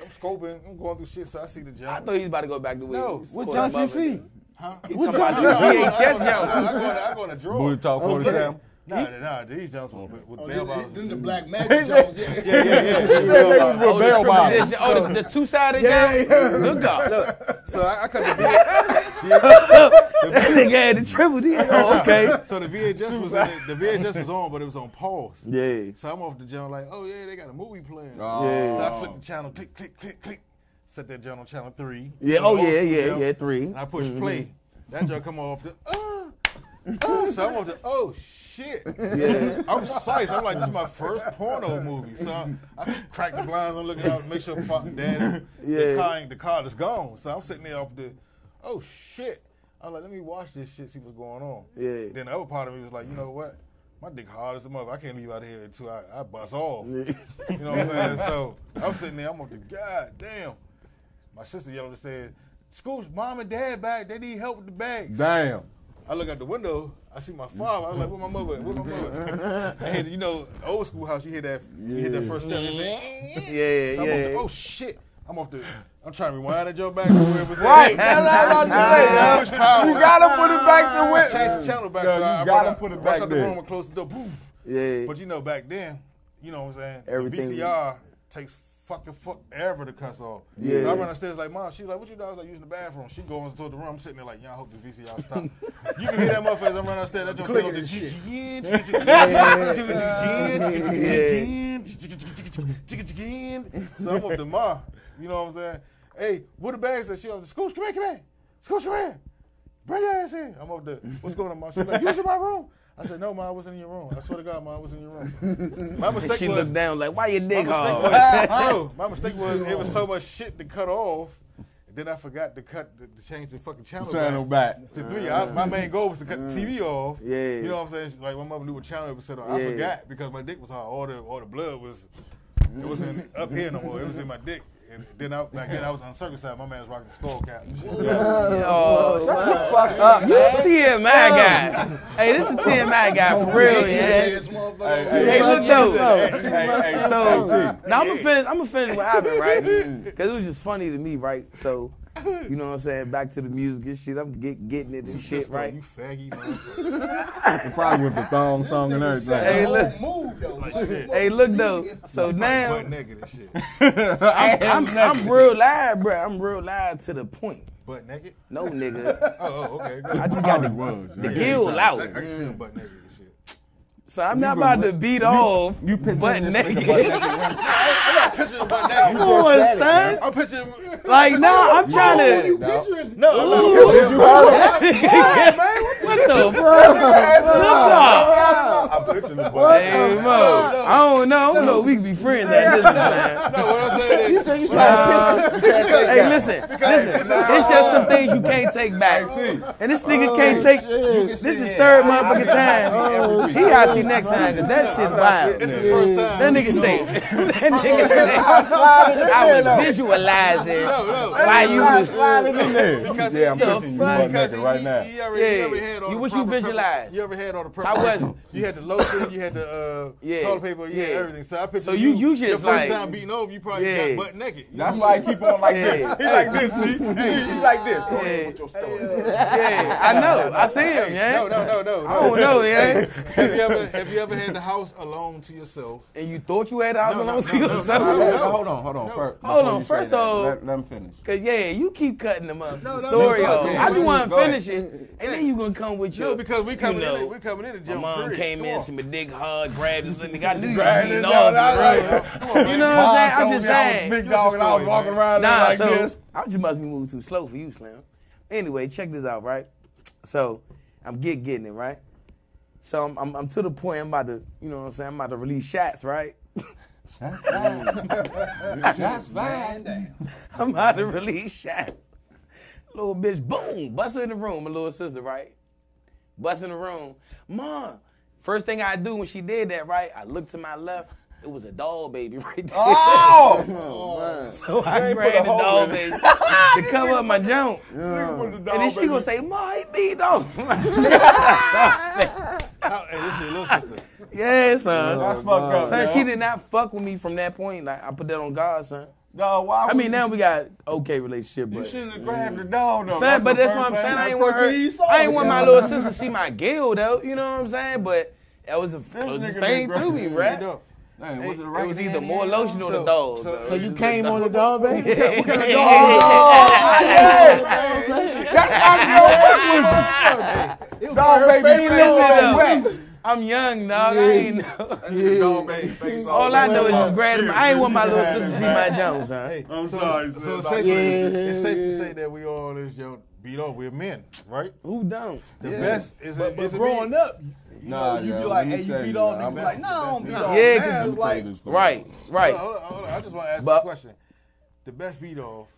Speaker 1: I'm scoping. I'm going through shit. So I see the
Speaker 8: I
Speaker 1: jump.
Speaker 8: thought he was about to go back to where
Speaker 1: No,
Speaker 8: he was
Speaker 6: What
Speaker 8: caught
Speaker 6: don't
Speaker 8: up
Speaker 6: you
Speaker 8: of it.
Speaker 6: see?
Speaker 8: He
Speaker 6: What
Speaker 8: talking
Speaker 6: jump
Speaker 8: about
Speaker 6: you
Speaker 8: the
Speaker 6: see?
Speaker 8: VHS
Speaker 1: I
Speaker 8: jump.
Speaker 1: go in- I go in the drawer.
Speaker 2: Booty talk
Speaker 1: Oh,
Speaker 2: 47.
Speaker 1: Nah, nah, nah, these jumps was with, with
Speaker 5: Oh,
Speaker 1: bell
Speaker 5: then,
Speaker 1: bottoms.
Speaker 5: then the black magic jump. Yeah.
Speaker 1: Yeah, yeah, yeah.
Speaker 8: Oh, the
Speaker 2: Bell
Speaker 8: triple
Speaker 2: bottom.
Speaker 8: digit- oh, the, the two sided jump. Look up.
Speaker 1: So I, I cut the VHS.
Speaker 8: That nigga had the triple D. Oh, okay.
Speaker 1: So the VHS was in it, the VHS was on, but it was on pause.
Speaker 8: Yeah.
Speaker 1: So I'm off the jump like, oh yeah, they got a movie playing.
Speaker 2: Yeah.
Speaker 1: So I flick the channel, click, click, click, click. Set that jump on channel three.
Speaker 8: Yeah. Oh yeah.
Speaker 1: Old
Speaker 8: Yeah.
Speaker 1: school,
Speaker 8: Yeah. Three.
Speaker 1: And I push play. That jump come off the. Uh, uh, so I'm off the. Oh shit.
Speaker 8: Yeah.
Speaker 1: I'm psyched. I'm like, this is my first porno movie. So I, I crack the blinds. I'm looking out, make sure my dad,
Speaker 8: Yeah.
Speaker 1: the, car, ain't- the car is gone. So I'm sitting there off the, oh shit. I was like, let me watch this shit, see what's going on.
Speaker 8: Yeah.
Speaker 1: Then the other part of me was like, you know what? My dick hard as a mother. I can't leave out of here until I, I bust off. You know what I'm saying? So I'm sitting there, I'm off the, god damn. My sister yelled upstairs, Scoops, mom and dad back. They need help with the bags.
Speaker 2: Damn.
Speaker 1: I look out the window, I see my father. I was like, where my mother at? Where my mother at? I hear, you know, old school house, you hear that, you hear that first step. it's like,
Speaker 8: Yeah.
Speaker 1: so I'm off the-
Speaker 8: Yeah.
Speaker 1: oh, shit. I'm off the, I'm trying to rewind that jump back to where it was at.
Speaker 2: Right. That's what I'm
Speaker 1: I
Speaker 2: about to
Speaker 1: push
Speaker 2: say.
Speaker 1: power.
Speaker 2: You gotta put it back to
Speaker 1: I
Speaker 2: where.
Speaker 1: changed the channel back.
Speaker 2: Yeah,
Speaker 1: so
Speaker 2: you
Speaker 1: I, I
Speaker 2: gotta
Speaker 1: brought-
Speaker 2: put it
Speaker 1: brought
Speaker 2: back
Speaker 1: out the
Speaker 2: there.
Speaker 1: room and closed the door. Poof.
Speaker 8: Yeah.
Speaker 1: But you know, back then, you know what I'm saying?
Speaker 8: Everything-
Speaker 1: The VCR takes fucking forever to cuss off.
Speaker 8: Yeah.
Speaker 1: So I run upstairs like, Mom, she like, what you doing? I was like, using the bathroom. She goes into the room. I'm sitting there like, yeah, I hope the VCR stop. you can hear that motherfucker as I'm running upstairs. That joint still on the G. So I'm up to Ma. You know what I'm saying? Hey, what the bags that she up the school? Come here, come here. School, come here. Bring your ass in. I'm up there. What's going on, Mom? She's like, you was in my room. I said, no, Mom, I wasn't in your room. I swear to God, Mom, I wasn't in your room. My
Speaker 8: And
Speaker 1: mistake
Speaker 8: she
Speaker 1: was,
Speaker 8: looked down like, why your
Speaker 1: mistake
Speaker 8: dick hard?
Speaker 1: was, no, my mistake was it was so much shit to cut off. and Then I forgot to cut the, to change the fucking channel,
Speaker 2: Channel
Speaker 1: back,
Speaker 2: back.
Speaker 1: to three. I, my main goal was to cut the TV off.
Speaker 8: Yeah.
Speaker 1: you know what I'm saying. Like my mother knew what channel it was set on.
Speaker 8: Yeah.
Speaker 1: I forgot because my dick was hard. All the all the blood was it was in up here no more. It was in my dick. And then I, back then I was uncircumcised. My man was rocking the skull cap. and shit.
Speaker 8: Oh,
Speaker 2: Shut the fuck up,
Speaker 8: you
Speaker 2: man.
Speaker 8: TMI guy. Hey, this is TMI guy for real, yeah.
Speaker 5: This motherfucker.
Speaker 8: Hey, look though.
Speaker 2: Hey, hey, hey,
Speaker 8: So now I'm gonna finish. I'm gonna finish what happened, right? Because it was just funny to me, right? So, you know what I'm saying? Back to the music and shit. I'm get, getting it and shit,
Speaker 1: Cisco,
Speaker 8: right?
Speaker 1: You faggy. motherfucker.
Speaker 2: probably with the thong song and
Speaker 8: Hey,
Speaker 2: everything.
Speaker 8: look.
Speaker 5: Move though. Like,
Speaker 8: Hey, look though. So now
Speaker 1: Butt naked and shit.
Speaker 8: I'm, I'm, I'm real live, bro. I'm real live to the point.
Speaker 1: Butt naked.
Speaker 8: No nigga,
Speaker 1: Oh, oh, okay.
Speaker 8: I
Speaker 1: good.
Speaker 8: just got the,
Speaker 2: was.
Speaker 8: the
Speaker 2: yeah.
Speaker 8: gill
Speaker 1: I, I
Speaker 8: out.
Speaker 1: can see him butt naked and shit.
Speaker 8: So I'm not about to beat off.
Speaker 2: You picturing
Speaker 8: butt
Speaker 2: this
Speaker 8: naked.
Speaker 2: nigga butt naked?
Speaker 1: I'm not picturing butt
Speaker 8: Come
Speaker 1: naked.
Speaker 8: on,
Speaker 2: said it,
Speaker 8: son.
Speaker 1: I'm picturing.
Speaker 8: Like, no, I'm trying to.
Speaker 5: you
Speaker 2: No.
Speaker 5: picturing?
Speaker 1: No, I'm not
Speaker 2: Did you have
Speaker 8: What the fuck? Look up.
Speaker 2: I'm picturing the
Speaker 8: Hey, Mo. I don't know. I don't know. if We can be friends at this time.
Speaker 1: No, what I'm saying
Speaker 6: You
Speaker 1: is,
Speaker 6: said you tried to
Speaker 8: Hey, listen. Listen. It's just some things you can't take back. And this nigga
Speaker 6: Oh,
Speaker 8: can't take. This is third motherfucking time. He out see next time. 'cause That shit
Speaker 1: this
Speaker 8: wild.
Speaker 1: is first time.
Speaker 8: That nigga say. That nigga say. I was visualizing why you was.
Speaker 2: sliding in there.
Speaker 1: Because
Speaker 2: Yeah, I'm
Speaker 1: he-
Speaker 2: picturing you butt
Speaker 1: Because
Speaker 2: naked
Speaker 1: he,
Speaker 2: right now.
Speaker 1: he already, he
Speaker 8: Yeah.
Speaker 1: already had all
Speaker 8: You-
Speaker 1: the
Speaker 8: what you
Speaker 1: proper
Speaker 8: visualized?
Speaker 1: Prep, you already had all the prep.
Speaker 8: I wasn't.
Speaker 1: You had the lotion, you had the uh,
Speaker 8: Yeah.
Speaker 1: toilet paper, you
Speaker 8: Yeah.
Speaker 1: had everything. So I picture
Speaker 8: So you- you
Speaker 1: your
Speaker 8: just
Speaker 1: first
Speaker 8: like-
Speaker 1: time beating over, you probably
Speaker 8: Yeah.
Speaker 1: got butt naked.
Speaker 2: That's why I keep on like
Speaker 8: Yeah.
Speaker 2: this.
Speaker 8: Yeah,
Speaker 2: He like this, G. He like this. Go ahead
Speaker 8: Yeah.
Speaker 2: with your story.
Speaker 8: yeah. I know. I see him,
Speaker 1: No,
Speaker 8: yeah.
Speaker 1: no, no, no.
Speaker 8: I don't know, yeah.
Speaker 1: Have you ever have you ever had the house alone to yourself?
Speaker 8: And you thought you had a house
Speaker 1: No, no,
Speaker 8: alone to
Speaker 1: no, no,
Speaker 8: yourself?
Speaker 1: no, no.
Speaker 2: Hold on, hold on. First,
Speaker 8: Hold
Speaker 2: before
Speaker 8: on,
Speaker 2: you say
Speaker 8: first
Speaker 2: that,
Speaker 8: off-
Speaker 2: let, let him finish.
Speaker 8: Cause yeah, you keep cutting them up.
Speaker 1: No, no,
Speaker 8: Story
Speaker 1: no,
Speaker 8: off.
Speaker 1: no,
Speaker 8: I just
Speaker 1: no,
Speaker 8: want to
Speaker 2: go ahead.
Speaker 8: finish it, and then you gonna come with your.
Speaker 1: No, because we coming
Speaker 8: you know,
Speaker 1: in. We coming in the
Speaker 8: My
Speaker 1: gym.
Speaker 8: mom
Speaker 1: period.
Speaker 8: came
Speaker 1: Come
Speaker 8: in,
Speaker 1: on.
Speaker 8: she my dick hard, grabbed it, and got new.
Speaker 2: Grabbed
Speaker 8: You
Speaker 2: it,
Speaker 8: know
Speaker 2: no,
Speaker 8: what
Speaker 2: that's right.
Speaker 8: I'm saying? I'm just saying.
Speaker 2: big dog and I was walking around
Speaker 8: Nah,
Speaker 2: like
Speaker 8: so
Speaker 2: this.
Speaker 8: I just must be moving too slow for you, Slim. Anyway, check this out, right? So I'm get getting it, right? So I'm, I'm, I'm to the point I'm about to, you know what I'm saying? I'm about to release shots, right?
Speaker 5: That's fine.
Speaker 8: I'm about to release shots. Little bitch, boom, bust her in the room, my little sister, right? Bust in the room. Mom, first thing I do when she did that, right? I looked to my left. It was a doll baby right there.
Speaker 2: Oh!
Speaker 8: so I
Speaker 2: ain't put a
Speaker 8: grabbed the
Speaker 2: hole
Speaker 8: doll
Speaker 2: in it.
Speaker 8: baby to cover up my junk.
Speaker 2: Put the dog
Speaker 8: And then she
Speaker 2: baby.
Speaker 8: gonna say, Ma, he beat dog.
Speaker 1: How- Hey, this is your little sister.
Speaker 8: yeah, son.
Speaker 2: That's fucked up.
Speaker 8: Son,
Speaker 2: yo.
Speaker 8: she did not fuck with me from that point. Like I put that on God, son.
Speaker 2: Dog, why
Speaker 8: I
Speaker 2: would
Speaker 8: mean,
Speaker 2: you-
Speaker 8: now we got okay relationship,
Speaker 2: You
Speaker 8: but
Speaker 2: shouldn't have grabbed the dog, though.
Speaker 8: son, but
Speaker 2: the
Speaker 8: that's what
Speaker 2: first thing-
Speaker 8: I'm saying. I ain't
Speaker 2: that's
Speaker 8: want
Speaker 2: the
Speaker 8: her.
Speaker 2: first thing you saw.
Speaker 8: I ain't want my little sister to see my gill though. You know what I'm saying? But that was a that was a
Speaker 2: nigga
Speaker 8: thing
Speaker 2: been
Speaker 8: to me,
Speaker 2: grabbing
Speaker 8: right?
Speaker 1: No.
Speaker 2: Hey, was it,
Speaker 8: It was either more
Speaker 2: low.
Speaker 8: lotion or the dog. So,
Speaker 6: So you came on the dog, baby?
Speaker 2: Dog baby, you know
Speaker 8: favorite
Speaker 2: wet.
Speaker 8: I'm young, dog. I ain't know.
Speaker 2: Dog baby, face off.
Speaker 8: All I know is just grab him. I ain't want my little
Speaker 2: Yeah,
Speaker 8: sister to see my Jones, son.
Speaker 1: Hey,
Speaker 2: I'm
Speaker 1: so,
Speaker 2: sorry,
Speaker 1: So, it's,
Speaker 2: sis.
Speaker 1: safe to, it's safe to say that we all is young beat up. We're men, right?
Speaker 8: Who don't?
Speaker 1: The best is
Speaker 5: But, but
Speaker 1: is
Speaker 5: growing up, you
Speaker 2: Nah,
Speaker 5: know, you
Speaker 2: yeah,
Speaker 5: be like,
Speaker 2: let
Speaker 5: hey,
Speaker 2: me
Speaker 5: you
Speaker 2: tell
Speaker 5: beat
Speaker 2: you,
Speaker 5: all
Speaker 2: I'm
Speaker 5: niggas. Be
Speaker 2: not-
Speaker 5: like, no, I don't beat
Speaker 2: that's
Speaker 5: all
Speaker 8: Yeah,
Speaker 5: niggas.
Speaker 8: cause-
Speaker 5: like,
Speaker 8: Right, right.
Speaker 1: Hold on, hold on, I just want to ask
Speaker 8: But-
Speaker 1: this question. The best beat off,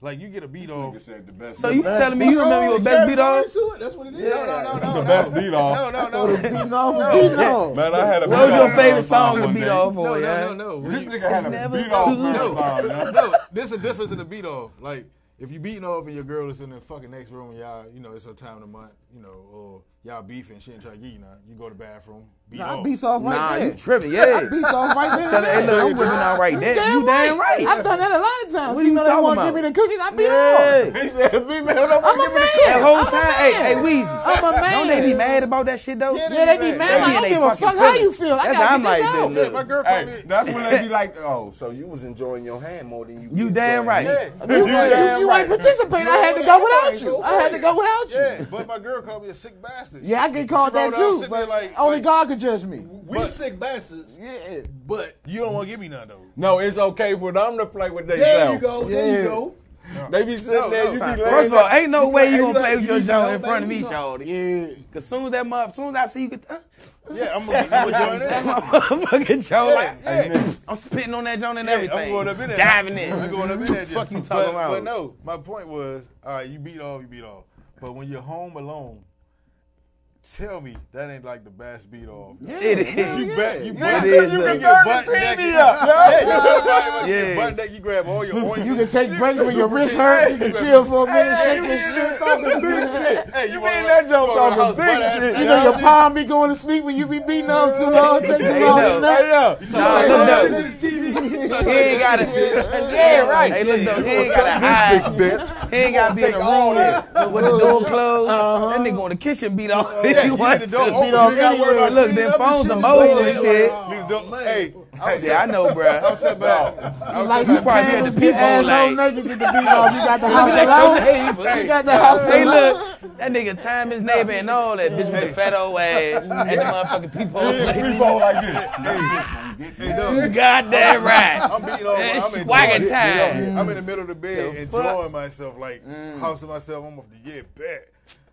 Speaker 1: like you get a beat off.
Speaker 2: Nigga said the best.
Speaker 8: So you telling me you remember your best beat on?
Speaker 5: That's what it is.
Speaker 6: No, no, no,
Speaker 2: That's the best beat off.
Speaker 1: No, no, no, no,
Speaker 6: Beating off and beating off.
Speaker 2: Man, I had a
Speaker 8: What was your
Speaker 2: marathon
Speaker 8: favorite song to
Speaker 2: one
Speaker 8: beat
Speaker 2: day.
Speaker 8: off
Speaker 1: no,
Speaker 8: for,
Speaker 1: no,
Speaker 8: Oh, yeah?
Speaker 1: no,
Speaker 2: This
Speaker 1: no.
Speaker 2: nigga had a
Speaker 8: never
Speaker 2: beat off
Speaker 8: too-
Speaker 2: marathon. man.
Speaker 1: No, there's a difference in the beat off. Like if you beating off and your girl is in the fucking next room, and y'all, you know, it's her time of the month, you know, or y'all beefing, she ain't trying to get you now. You go to the bathroom, beat
Speaker 6: I
Speaker 1: off.
Speaker 6: beats off right
Speaker 8: Nah,
Speaker 6: there.
Speaker 8: you tripping, yeah.
Speaker 6: beats off right there.
Speaker 8: Tell her, hey, look, I'm whipping out right there. You damn right.
Speaker 6: I've done that a lot of times.
Speaker 8: What
Speaker 6: you
Speaker 8: are you
Speaker 6: know they
Speaker 8: talking
Speaker 6: want to
Speaker 8: about?
Speaker 6: give me the cookies. I beat off.
Speaker 8: Yeah.
Speaker 2: He said, "Female, don't
Speaker 6: I'm
Speaker 2: wanna
Speaker 6: a
Speaker 2: give me the
Speaker 8: That
Speaker 6: man.
Speaker 8: whole
Speaker 6: I'm a
Speaker 8: time, hey, hey,
Speaker 6: man.
Speaker 8: Weezy.
Speaker 6: I'm a man.
Speaker 8: Don't they be mad about that shit though?
Speaker 6: Yeah, they be mad.
Speaker 8: They
Speaker 6: Like, I
Speaker 8: be
Speaker 6: don't
Speaker 8: in
Speaker 6: give
Speaker 8: they
Speaker 6: a fuck
Speaker 8: fucking
Speaker 6: how you
Speaker 8: feelings.
Speaker 6: feel. I
Speaker 8: That's
Speaker 6: gotta
Speaker 8: how I'm
Speaker 6: get this
Speaker 8: like,
Speaker 6: out.
Speaker 8: then,
Speaker 1: Yeah, my
Speaker 8: look.
Speaker 1: girl called
Speaker 2: Hey,
Speaker 1: me.
Speaker 2: that's when they be like, oh, so you was enjoying your hand more than you.
Speaker 8: You
Speaker 2: enjoying
Speaker 8: damn
Speaker 2: me."
Speaker 8: right.
Speaker 1: Yeah,
Speaker 6: You, you,
Speaker 2: damn
Speaker 6: you
Speaker 2: right.
Speaker 6: ain't participating. I had to go without you. I had to go without you.
Speaker 1: yeah, but my girl called me a sick bastard.
Speaker 6: Yeah, I get called
Speaker 1: She rolled
Speaker 6: that
Speaker 1: up,
Speaker 6: too.
Speaker 1: sitting there
Speaker 6: But
Speaker 1: like-
Speaker 6: only
Speaker 1: like-
Speaker 6: God could judge me.
Speaker 5: We sick bastards.
Speaker 6: Yeah.
Speaker 1: But you don't want to give me none though.
Speaker 2: No, it's okay for them to play with themselves.
Speaker 5: There you go. There
Speaker 6: Yeah.
Speaker 5: you go.
Speaker 2: They be sitting
Speaker 1: No,
Speaker 2: there.
Speaker 1: no,
Speaker 2: you
Speaker 1: son.
Speaker 2: be laying
Speaker 8: First of all,
Speaker 2: back.
Speaker 8: ain't no way you
Speaker 2: you
Speaker 8: gonna
Speaker 2: like-
Speaker 8: play with
Speaker 2: you
Speaker 8: your
Speaker 2: be
Speaker 8: joint
Speaker 2: down
Speaker 8: in front
Speaker 2: bad,
Speaker 8: of me,
Speaker 2: you
Speaker 8: Shawty.
Speaker 6: Yeah.
Speaker 8: Cause soon as that mother, soon as I see you, get- uh,
Speaker 1: Yeah, I'm gonna I'm gonna join in.
Speaker 8: my motherfucking joint, like,
Speaker 1: Yeah, yeah.
Speaker 8: I'm spitting on that joint and
Speaker 1: Yeah,
Speaker 8: everything.
Speaker 1: I'm going up in there.
Speaker 8: Diving
Speaker 1: I'm
Speaker 8: in.
Speaker 1: going up in there.
Speaker 8: Fuck you talking
Speaker 1: but,
Speaker 8: about?
Speaker 1: But no, my point was, all right, you beat off, you beat off. But when you're home alone, tell me that ain't like the best beat off. Yeah,
Speaker 8: It is.
Speaker 1: you bet. You
Speaker 2: Nigga,
Speaker 1: bet.
Speaker 8: It is
Speaker 2: you
Speaker 8: a-
Speaker 2: can turn the TV up.
Speaker 1: Yeah, you tell everybody what
Speaker 8: Yeah.
Speaker 1: you butt naked. You grab all your oranges.
Speaker 6: You can take breaks when your wrist hurt. You can chill for a minute,
Speaker 2: Hey,
Speaker 6: shake
Speaker 2: you
Speaker 6: your
Speaker 2: been there
Speaker 6: shit.
Speaker 2: talking big shit.
Speaker 1: Hey, you,
Speaker 2: You
Speaker 1: wanna
Speaker 2: been
Speaker 1: run-
Speaker 2: that joke
Speaker 1: you wanna
Speaker 2: talking
Speaker 1: run
Speaker 2: big
Speaker 1: house, butt ass
Speaker 2: shit.
Speaker 1: naked.
Speaker 6: You know your
Speaker 2: Yeah.
Speaker 6: palm be going to sleep when you be beating off too long, take too
Speaker 8: Hey,
Speaker 6: long.
Speaker 8: look.
Speaker 6: to nap.
Speaker 2: Hey, yo.
Speaker 8: Nah, look
Speaker 2: Hey,
Speaker 8: though.
Speaker 2: look, TV.
Speaker 8: He ain't gotta. Yeah, right. Hey, look though. He ain't gotta hide. He ain't gotta be in the room with- with the door closed. That nigga on the kitchen beat off if Uh-huh. Oh, he
Speaker 1: you
Speaker 8: want
Speaker 1: need
Speaker 8: to.
Speaker 1: the door
Speaker 6: Beat off
Speaker 1: open. You got word
Speaker 6: anyway.
Speaker 1: on
Speaker 8: Look, them phones, them old and shit.
Speaker 1: Need the door- Hey,
Speaker 8: Yeah, I know, bruh.
Speaker 1: sit back. I'm
Speaker 6: Like
Speaker 1: sitting
Speaker 6: you
Speaker 1: back.
Speaker 8: probably had
Speaker 6: probably
Speaker 8: the
Speaker 6: get
Speaker 8: people
Speaker 6: asshole
Speaker 8: like-
Speaker 6: naked, get the beat off. You got the house alone.
Speaker 8: Hey,
Speaker 6: You got the house
Speaker 8: Hey,
Speaker 6: alone.
Speaker 8: look, that nigga time his neighbor and all that bitch with the fat old ass and the motherfucking people.
Speaker 2: We roll like this. Hey, bitch, gonna get me.
Speaker 1: Hey, dog.
Speaker 8: Goddamn right.
Speaker 1: I'm beating off.
Speaker 8: That's
Speaker 1: I'm enjoying
Speaker 8: swagger
Speaker 1: it.
Speaker 8: time.
Speaker 1: Yeah, I'm in the middle of the bed
Speaker 8: The fuck?
Speaker 1: enjoying myself, like housing myself. I'm off the yeah, bet.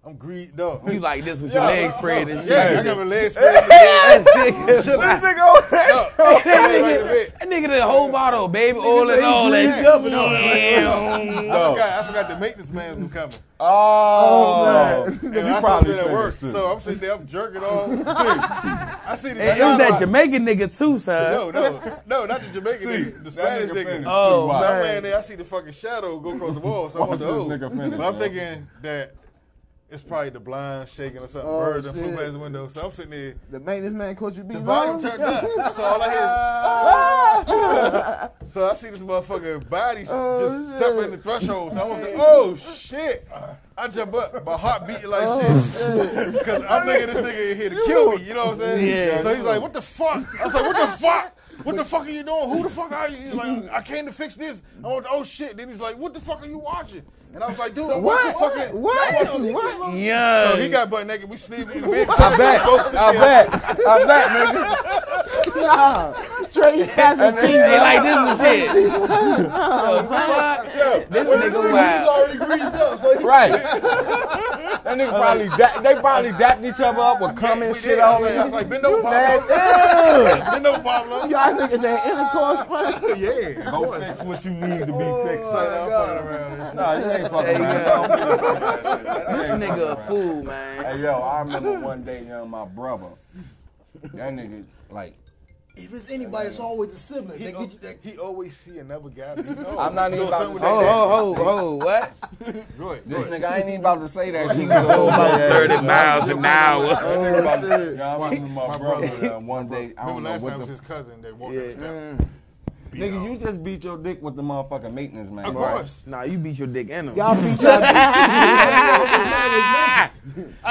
Speaker 1: I'm greedy, dog.
Speaker 8: You like this with your legs spread and shit.
Speaker 1: Yeah, I got my legs spread.
Speaker 8: That nigga,
Speaker 2: This nigga over there.
Speaker 1: Dog, I'm laying like a bitch.
Speaker 8: that nigga did a whole bottle, baby, all in all
Speaker 1: greased
Speaker 8: that.
Speaker 1: up and all
Speaker 8: Damn.
Speaker 1: I forgot, I forgot the maintenance man was coming.
Speaker 2: Oh, man.
Speaker 1: And I
Speaker 2: probably
Speaker 1: probably at work,
Speaker 2: finished, too.
Speaker 1: so I'm sitting there, I'm jerking off. I see this.
Speaker 8: It was that Jamaican nigga too, son.
Speaker 1: No, no, no, not the Jamaican nigga, the
Speaker 2: That
Speaker 1: Spanish
Speaker 2: nigga
Speaker 1: nigga.
Speaker 2: finished,
Speaker 1: So
Speaker 2: too.
Speaker 8: Oh,
Speaker 2: Wow.
Speaker 1: I'm laying there, I see the fucking shadow go across the wall, so I'm on
Speaker 2: Watch
Speaker 1: the
Speaker 2: this
Speaker 1: old.
Speaker 2: nigga finish,
Speaker 1: But I'm
Speaker 2: man.
Speaker 1: thinking that it's probably the blind shaking or something.
Speaker 6: Oh,
Speaker 1: Bird and flew
Speaker 6: shit.
Speaker 1: past the window. So I'm sitting there,
Speaker 6: The maintenance man caught you beat
Speaker 1: the volume
Speaker 6: off.
Speaker 1: turned up. That's all I hear. is, So I see this motherfucker body
Speaker 6: Oh,
Speaker 1: just step in the threshold. So I'm like, oh shit! I jump up, my heart beating like shit, because I'm thinking this nigga in here to kill me. You know what I'm saying?
Speaker 8: Yeah.
Speaker 1: So he's like, what the fuck? I was like, what the fuck? What the fuck are you doing? Who the fuck are you? He's like, I came to fix this. I went, oh shit. Then he's like, what the fuck are you watching? And I was like, dude, what?
Speaker 6: What?
Speaker 1: the fuck? is-
Speaker 6: What?
Speaker 1: What?
Speaker 6: What?
Speaker 8: Yeah.
Speaker 1: So he got butt naked. We sleeping in the bed.
Speaker 2: I bet. I bet. I bet, nigga.
Speaker 6: Nah. Trey, you passed me cheese.
Speaker 8: They like this is shit. The fuck? This nigga wild.
Speaker 5: already greased up, so he
Speaker 2: Right. That nigga probably da- they probably dapped each other up with cum and
Speaker 1: We
Speaker 2: shit
Speaker 1: did. I
Speaker 2: all
Speaker 1: was like, I was
Speaker 2: over.
Speaker 1: like, bend over, Pablo. Bend over, Pablo.
Speaker 6: Y'all niggas had intercourse, but
Speaker 1: Yeah.
Speaker 2: Go fix what you need to be fixed.
Speaker 1: I'm fucking around.
Speaker 2: Nah, you ain't fucking
Speaker 8: Hey,
Speaker 2: around.
Speaker 8: yo.
Speaker 2: That
Speaker 8: This
Speaker 2: ain't fucking
Speaker 8: nigga a
Speaker 2: around.
Speaker 8: fool, man.
Speaker 2: Hey yo, I remember one day, young my brother. That nigga like
Speaker 5: If it's anybody, it's always the sibling.
Speaker 1: He,
Speaker 5: They get you that.
Speaker 1: he always see another guy. but he knows.
Speaker 2: I'm not
Speaker 1: Doing
Speaker 2: even about
Speaker 1: something
Speaker 2: to
Speaker 1: with
Speaker 2: say
Speaker 1: that
Speaker 2: that.
Speaker 8: Oh, ho, ho, what?
Speaker 1: dick. Go ahead, go
Speaker 2: this
Speaker 1: ahead.
Speaker 2: nigga. I ain't even about to say that. She was a whole about
Speaker 8: miles an hour.
Speaker 2: About, yeah, I remember my
Speaker 1: My
Speaker 2: brother
Speaker 1: brother.
Speaker 2: uh, one day.
Speaker 1: Remember
Speaker 2: I don't know
Speaker 1: last time
Speaker 2: what
Speaker 1: it was
Speaker 2: the
Speaker 1: his cousin that walked up the steps.
Speaker 2: nigga. You just beat your dick with the motherfucking maintenance man.
Speaker 1: Of
Speaker 2: right?
Speaker 1: course.
Speaker 8: Nah, you beat your dick in him.
Speaker 6: y'all beat y'all.
Speaker 1: I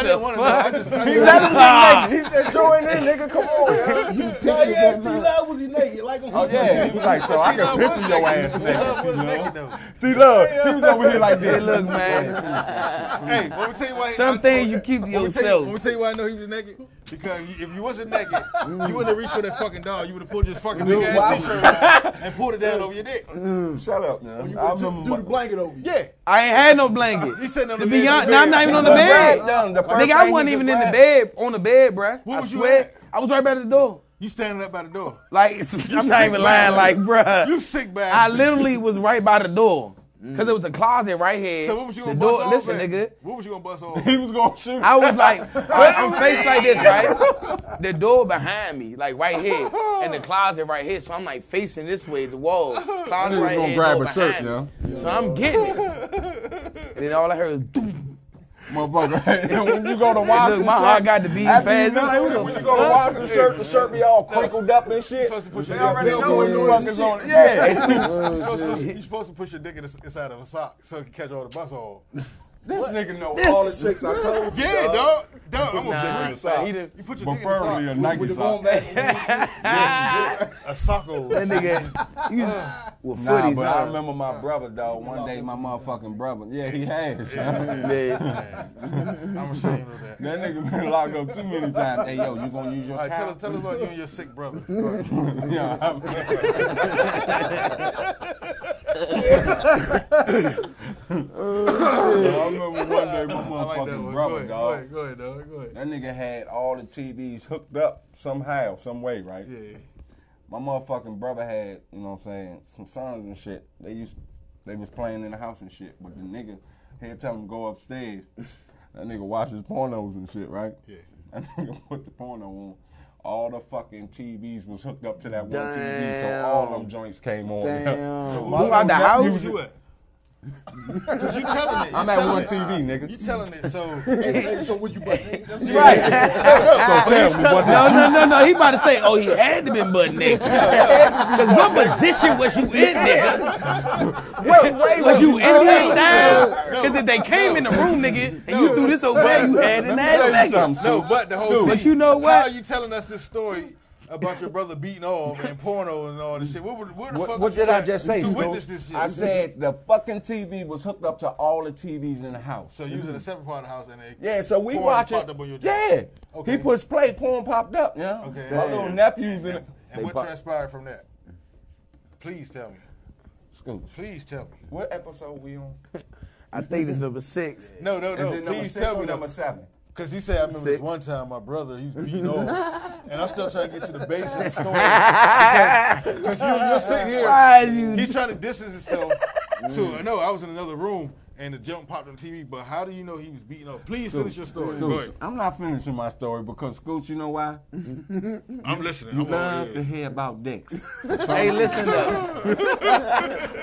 Speaker 1: didn't want to know. I just, I just
Speaker 2: Let him get naked. He said, "Join in, nigga. Come on." yo."
Speaker 5: Now you
Speaker 6: that
Speaker 5: asked T-Love was he naked? Like him.
Speaker 2: Oh yeah, he was like, so I can
Speaker 1: T-Love was
Speaker 2: picture your
Speaker 1: naked.
Speaker 2: ass
Speaker 1: T-Love was naked,
Speaker 2: naked.
Speaker 1: though.
Speaker 2: T-Love, he was over here like
Speaker 8: Hey,
Speaker 2: this.
Speaker 8: look, man.
Speaker 1: Hey, let me tell you why.
Speaker 8: Some
Speaker 1: I-
Speaker 8: things you keep to
Speaker 1: Let me tell you- let me
Speaker 8: yourself.
Speaker 1: tell you why I know he was naked. Because you- if you wasn't naked, you wouldn't have reached for that fucking dog. You would have pulled your fucking big ass t-shirt out and pulled it down over your dick.
Speaker 2: Shut up, man. I
Speaker 5: I do, do the
Speaker 2: remember
Speaker 5: blanket over you.
Speaker 1: Yeah.
Speaker 8: I ain't had no blanket.
Speaker 1: He sitting on
Speaker 8: To
Speaker 1: the
Speaker 8: be
Speaker 1: bed,
Speaker 8: honest,
Speaker 1: the
Speaker 8: nah,
Speaker 1: bed.
Speaker 8: I'm not even on the bed.
Speaker 2: Right, done. The first
Speaker 8: Nigga,
Speaker 2: thing
Speaker 8: I
Speaker 2: he
Speaker 8: wasn't
Speaker 2: did
Speaker 8: even in the
Speaker 2: was-
Speaker 8: bed, on the bed, bruh.
Speaker 1: What
Speaker 8: I
Speaker 1: was you
Speaker 8: swear. I was right by the door.
Speaker 1: You standing up by the door.
Speaker 8: Like, I'm not even lying, like, bruh.
Speaker 1: You sick bastard.
Speaker 8: I literally was right by the door. Cause it was a closet right here.
Speaker 1: So what was you
Speaker 8: the
Speaker 1: gonna bust
Speaker 8: door,
Speaker 1: off
Speaker 8: listen,
Speaker 1: at?
Speaker 8: nigga.
Speaker 1: What was you gonna bust off?
Speaker 2: he was gonna shoot.
Speaker 8: I was like, I, am faced like this, right? The door behind me, like right here, and the closet right here. So I'm like facing this way, the wall,
Speaker 2: was
Speaker 8: closet right
Speaker 2: gonna
Speaker 8: here.
Speaker 2: grab
Speaker 8: door
Speaker 2: a shirt,
Speaker 8: behind me. So I'm getting it, and then all I heard was doom.
Speaker 2: Motherfucker. And when you go to wash
Speaker 8: Look,
Speaker 2: the
Speaker 8: my
Speaker 2: shirt,
Speaker 8: heart got to beating
Speaker 2: after you
Speaker 8: fast. I'm like,
Speaker 2: leave,
Speaker 8: what
Speaker 2: when
Speaker 8: the
Speaker 2: you go to
Speaker 8: fuck?
Speaker 2: wash the shirt, the shirt be all crinkled up and shit.
Speaker 1: supposed to put
Speaker 2: They
Speaker 1: your
Speaker 2: already
Speaker 1: dick
Speaker 2: know when the fuckers on it. Yeah.
Speaker 1: You're supposed to- you're supposed to push your dick in the, inside of a sock so it can catch all the bus hole.
Speaker 2: This nigga know all the tricks I told you.
Speaker 1: Yeah, dog. Dog, I'm
Speaker 8: Nah,
Speaker 1: gonna
Speaker 8: son, he didn't.
Speaker 1: You put your
Speaker 2: But
Speaker 1: dick in the
Speaker 2: firmly a
Speaker 1: sock.
Speaker 5: With
Speaker 2: Nike
Speaker 5: the going
Speaker 2: sock.
Speaker 5: back.
Speaker 1: A sock hole.
Speaker 8: That nigga, you with
Speaker 2: Nah,
Speaker 8: footies,
Speaker 2: but I
Speaker 8: nah,
Speaker 2: remember my brother, dog. One day, my motherfucking brother. Yeah, he has.
Speaker 1: I'm ashamed of that.
Speaker 2: That nigga been locked up too many times. Hey, yo, you gonna use your
Speaker 1: All right, tell,
Speaker 2: towel?
Speaker 1: us- tell us about you and your sick brother. Go ahead.
Speaker 2: Yeah, I'm- I remember one day my
Speaker 1: I like that
Speaker 2: motherfucking
Speaker 1: one. go
Speaker 2: brother,
Speaker 1: ahead,
Speaker 2: dog.
Speaker 1: Go ahead, go ahead, dog. Go ahead.
Speaker 2: That nigga had all the TVs hooked up somehow, some way, right?
Speaker 1: Yeah.
Speaker 2: My motherfucking brother had, you know what I'm saying, some sons and shit. They used they was playing in the house and shit, but the nigga he'd tell him go upstairs. That nigga watches pornos and shit, right?
Speaker 1: Yeah.
Speaker 2: That nigga put the porno on. All the fucking TVs was hooked up to that one TV,
Speaker 8: Damn.
Speaker 2: so all them joints came on.
Speaker 6: Damn.
Speaker 2: So
Speaker 8: Who
Speaker 2: my little
Speaker 8: out the
Speaker 2: nephew
Speaker 8: house?
Speaker 2: was-
Speaker 1: Who's you at? 'Cause you telling it.
Speaker 2: I'm
Speaker 1: you
Speaker 2: at
Speaker 1: telling
Speaker 2: one
Speaker 1: it.
Speaker 2: TV,
Speaker 1: You
Speaker 2: nigga.
Speaker 1: telling it, so
Speaker 5: Hey, so what you butt naked? That's what
Speaker 2: Right. so tell me what's
Speaker 8: No, no, no, no. He about to say, oh, he had to been butt naked. Because what position was you in there?
Speaker 2: Wait, wait,
Speaker 8: Was you in there now? Because if they came in the room, nigga, and you threw this over there, you had an
Speaker 2: Tell you
Speaker 8: ass nigga.
Speaker 2: something,
Speaker 1: No,
Speaker 2: Scoop.
Speaker 1: but the whole
Speaker 8: But
Speaker 1: thing.
Speaker 8: you know what?
Speaker 1: How are you telling us this story about your brother beating off and porno and all this shit? What, would- where the
Speaker 2: What,
Speaker 1: fuck
Speaker 2: what
Speaker 1: was
Speaker 2: did
Speaker 1: you
Speaker 2: I
Speaker 1: at
Speaker 2: just say?
Speaker 1: To
Speaker 2: Scoop?
Speaker 1: witness this shit.
Speaker 2: I said the fucking TV was hooked up to all the TVs in the house.
Speaker 1: So you was in a separate part of the house and they
Speaker 2: yeah, so we
Speaker 1: porn
Speaker 2: watching.
Speaker 1: popped up on your job.
Speaker 2: yeah,
Speaker 1: Okay.
Speaker 2: he puts play porn popped up. Yeah,
Speaker 1: Okay.
Speaker 2: my
Speaker 1: Damn.
Speaker 2: little nephews in.
Speaker 1: And what
Speaker 2: pop-
Speaker 1: transpired from that? Please tell me.
Speaker 2: Scoop,
Speaker 1: Please tell me.
Speaker 2: What episode we on?
Speaker 8: I think it's number six.
Speaker 1: No, no,
Speaker 2: Is
Speaker 1: no.
Speaker 2: it number
Speaker 1: Please
Speaker 2: six
Speaker 1: tell me
Speaker 2: or number
Speaker 1: number.
Speaker 2: seven?
Speaker 1: Because he said, I remember this
Speaker 8: Six.
Speaker 1: one time my brother, he was beating off. and I'm still trying to get to the basic story. Because you, you're sitting here.
Speaker 8: Why you
Speaker 1: He's trying to distance himself
Speaker 8: Mm.
Speaker 1: to. No, I was in another room and the jump popped on TV. But how do you know he was beating up? Please finish your story. Go
Speaker 2: Scooch,
Speaker 1: ahead.
Speaker 2: I'm not finishing my story because Scooch, you know why?
Speaker 1: I'm listening.
Speaker 2: You
Speaker 1: I'm all
Speaker 2: love to
Speaker 1: ears.
Speaker 2: hear about dicks.
Speaker 8: Hey, listen though.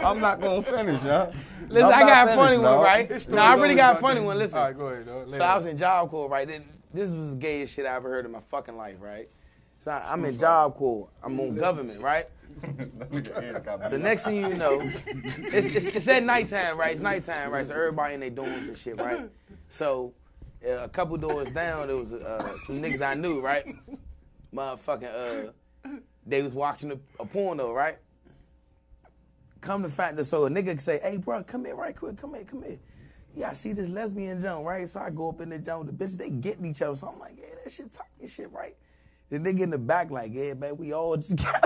Speaker 2: I'm not gonna finish, huh?
Speaker 8: Listen, I got a funny one, right?
Speaker 1: Story's
Speaker 8: No, I really
Speaker 1: always
Speaker 8: got a
Speaker 1: about
Speaker 8: funny
Speaker 1: this.
Speaker 8: one. Listen.
Speaker 1: All right, go ahead. Dog.
Speaker 8: So I was in Job Corps, right? Then- This was the gayest shit I ever heard in my fucking life, right? So I, I'm in Job Corps. I'm on government, right? So next thing you know, it's, it's, it's at nighttime, right? It's nighttime, right? So everybody in their dorms and shit, right? So uh, a couple doors down, there was uh, some niggas I knew, right? Motherfucking, uh, they was watching a, a porno, right? Come to fact that so a nigga can say, hey, bro, come here right quick, come here, come here. Yeah, I see this lesbian joint, right? So I go up in the joint, the bitches, they getting each other. So I'm like, yeah, that shit talking shit, right? The nigga in the back like, yeah, man, we all just got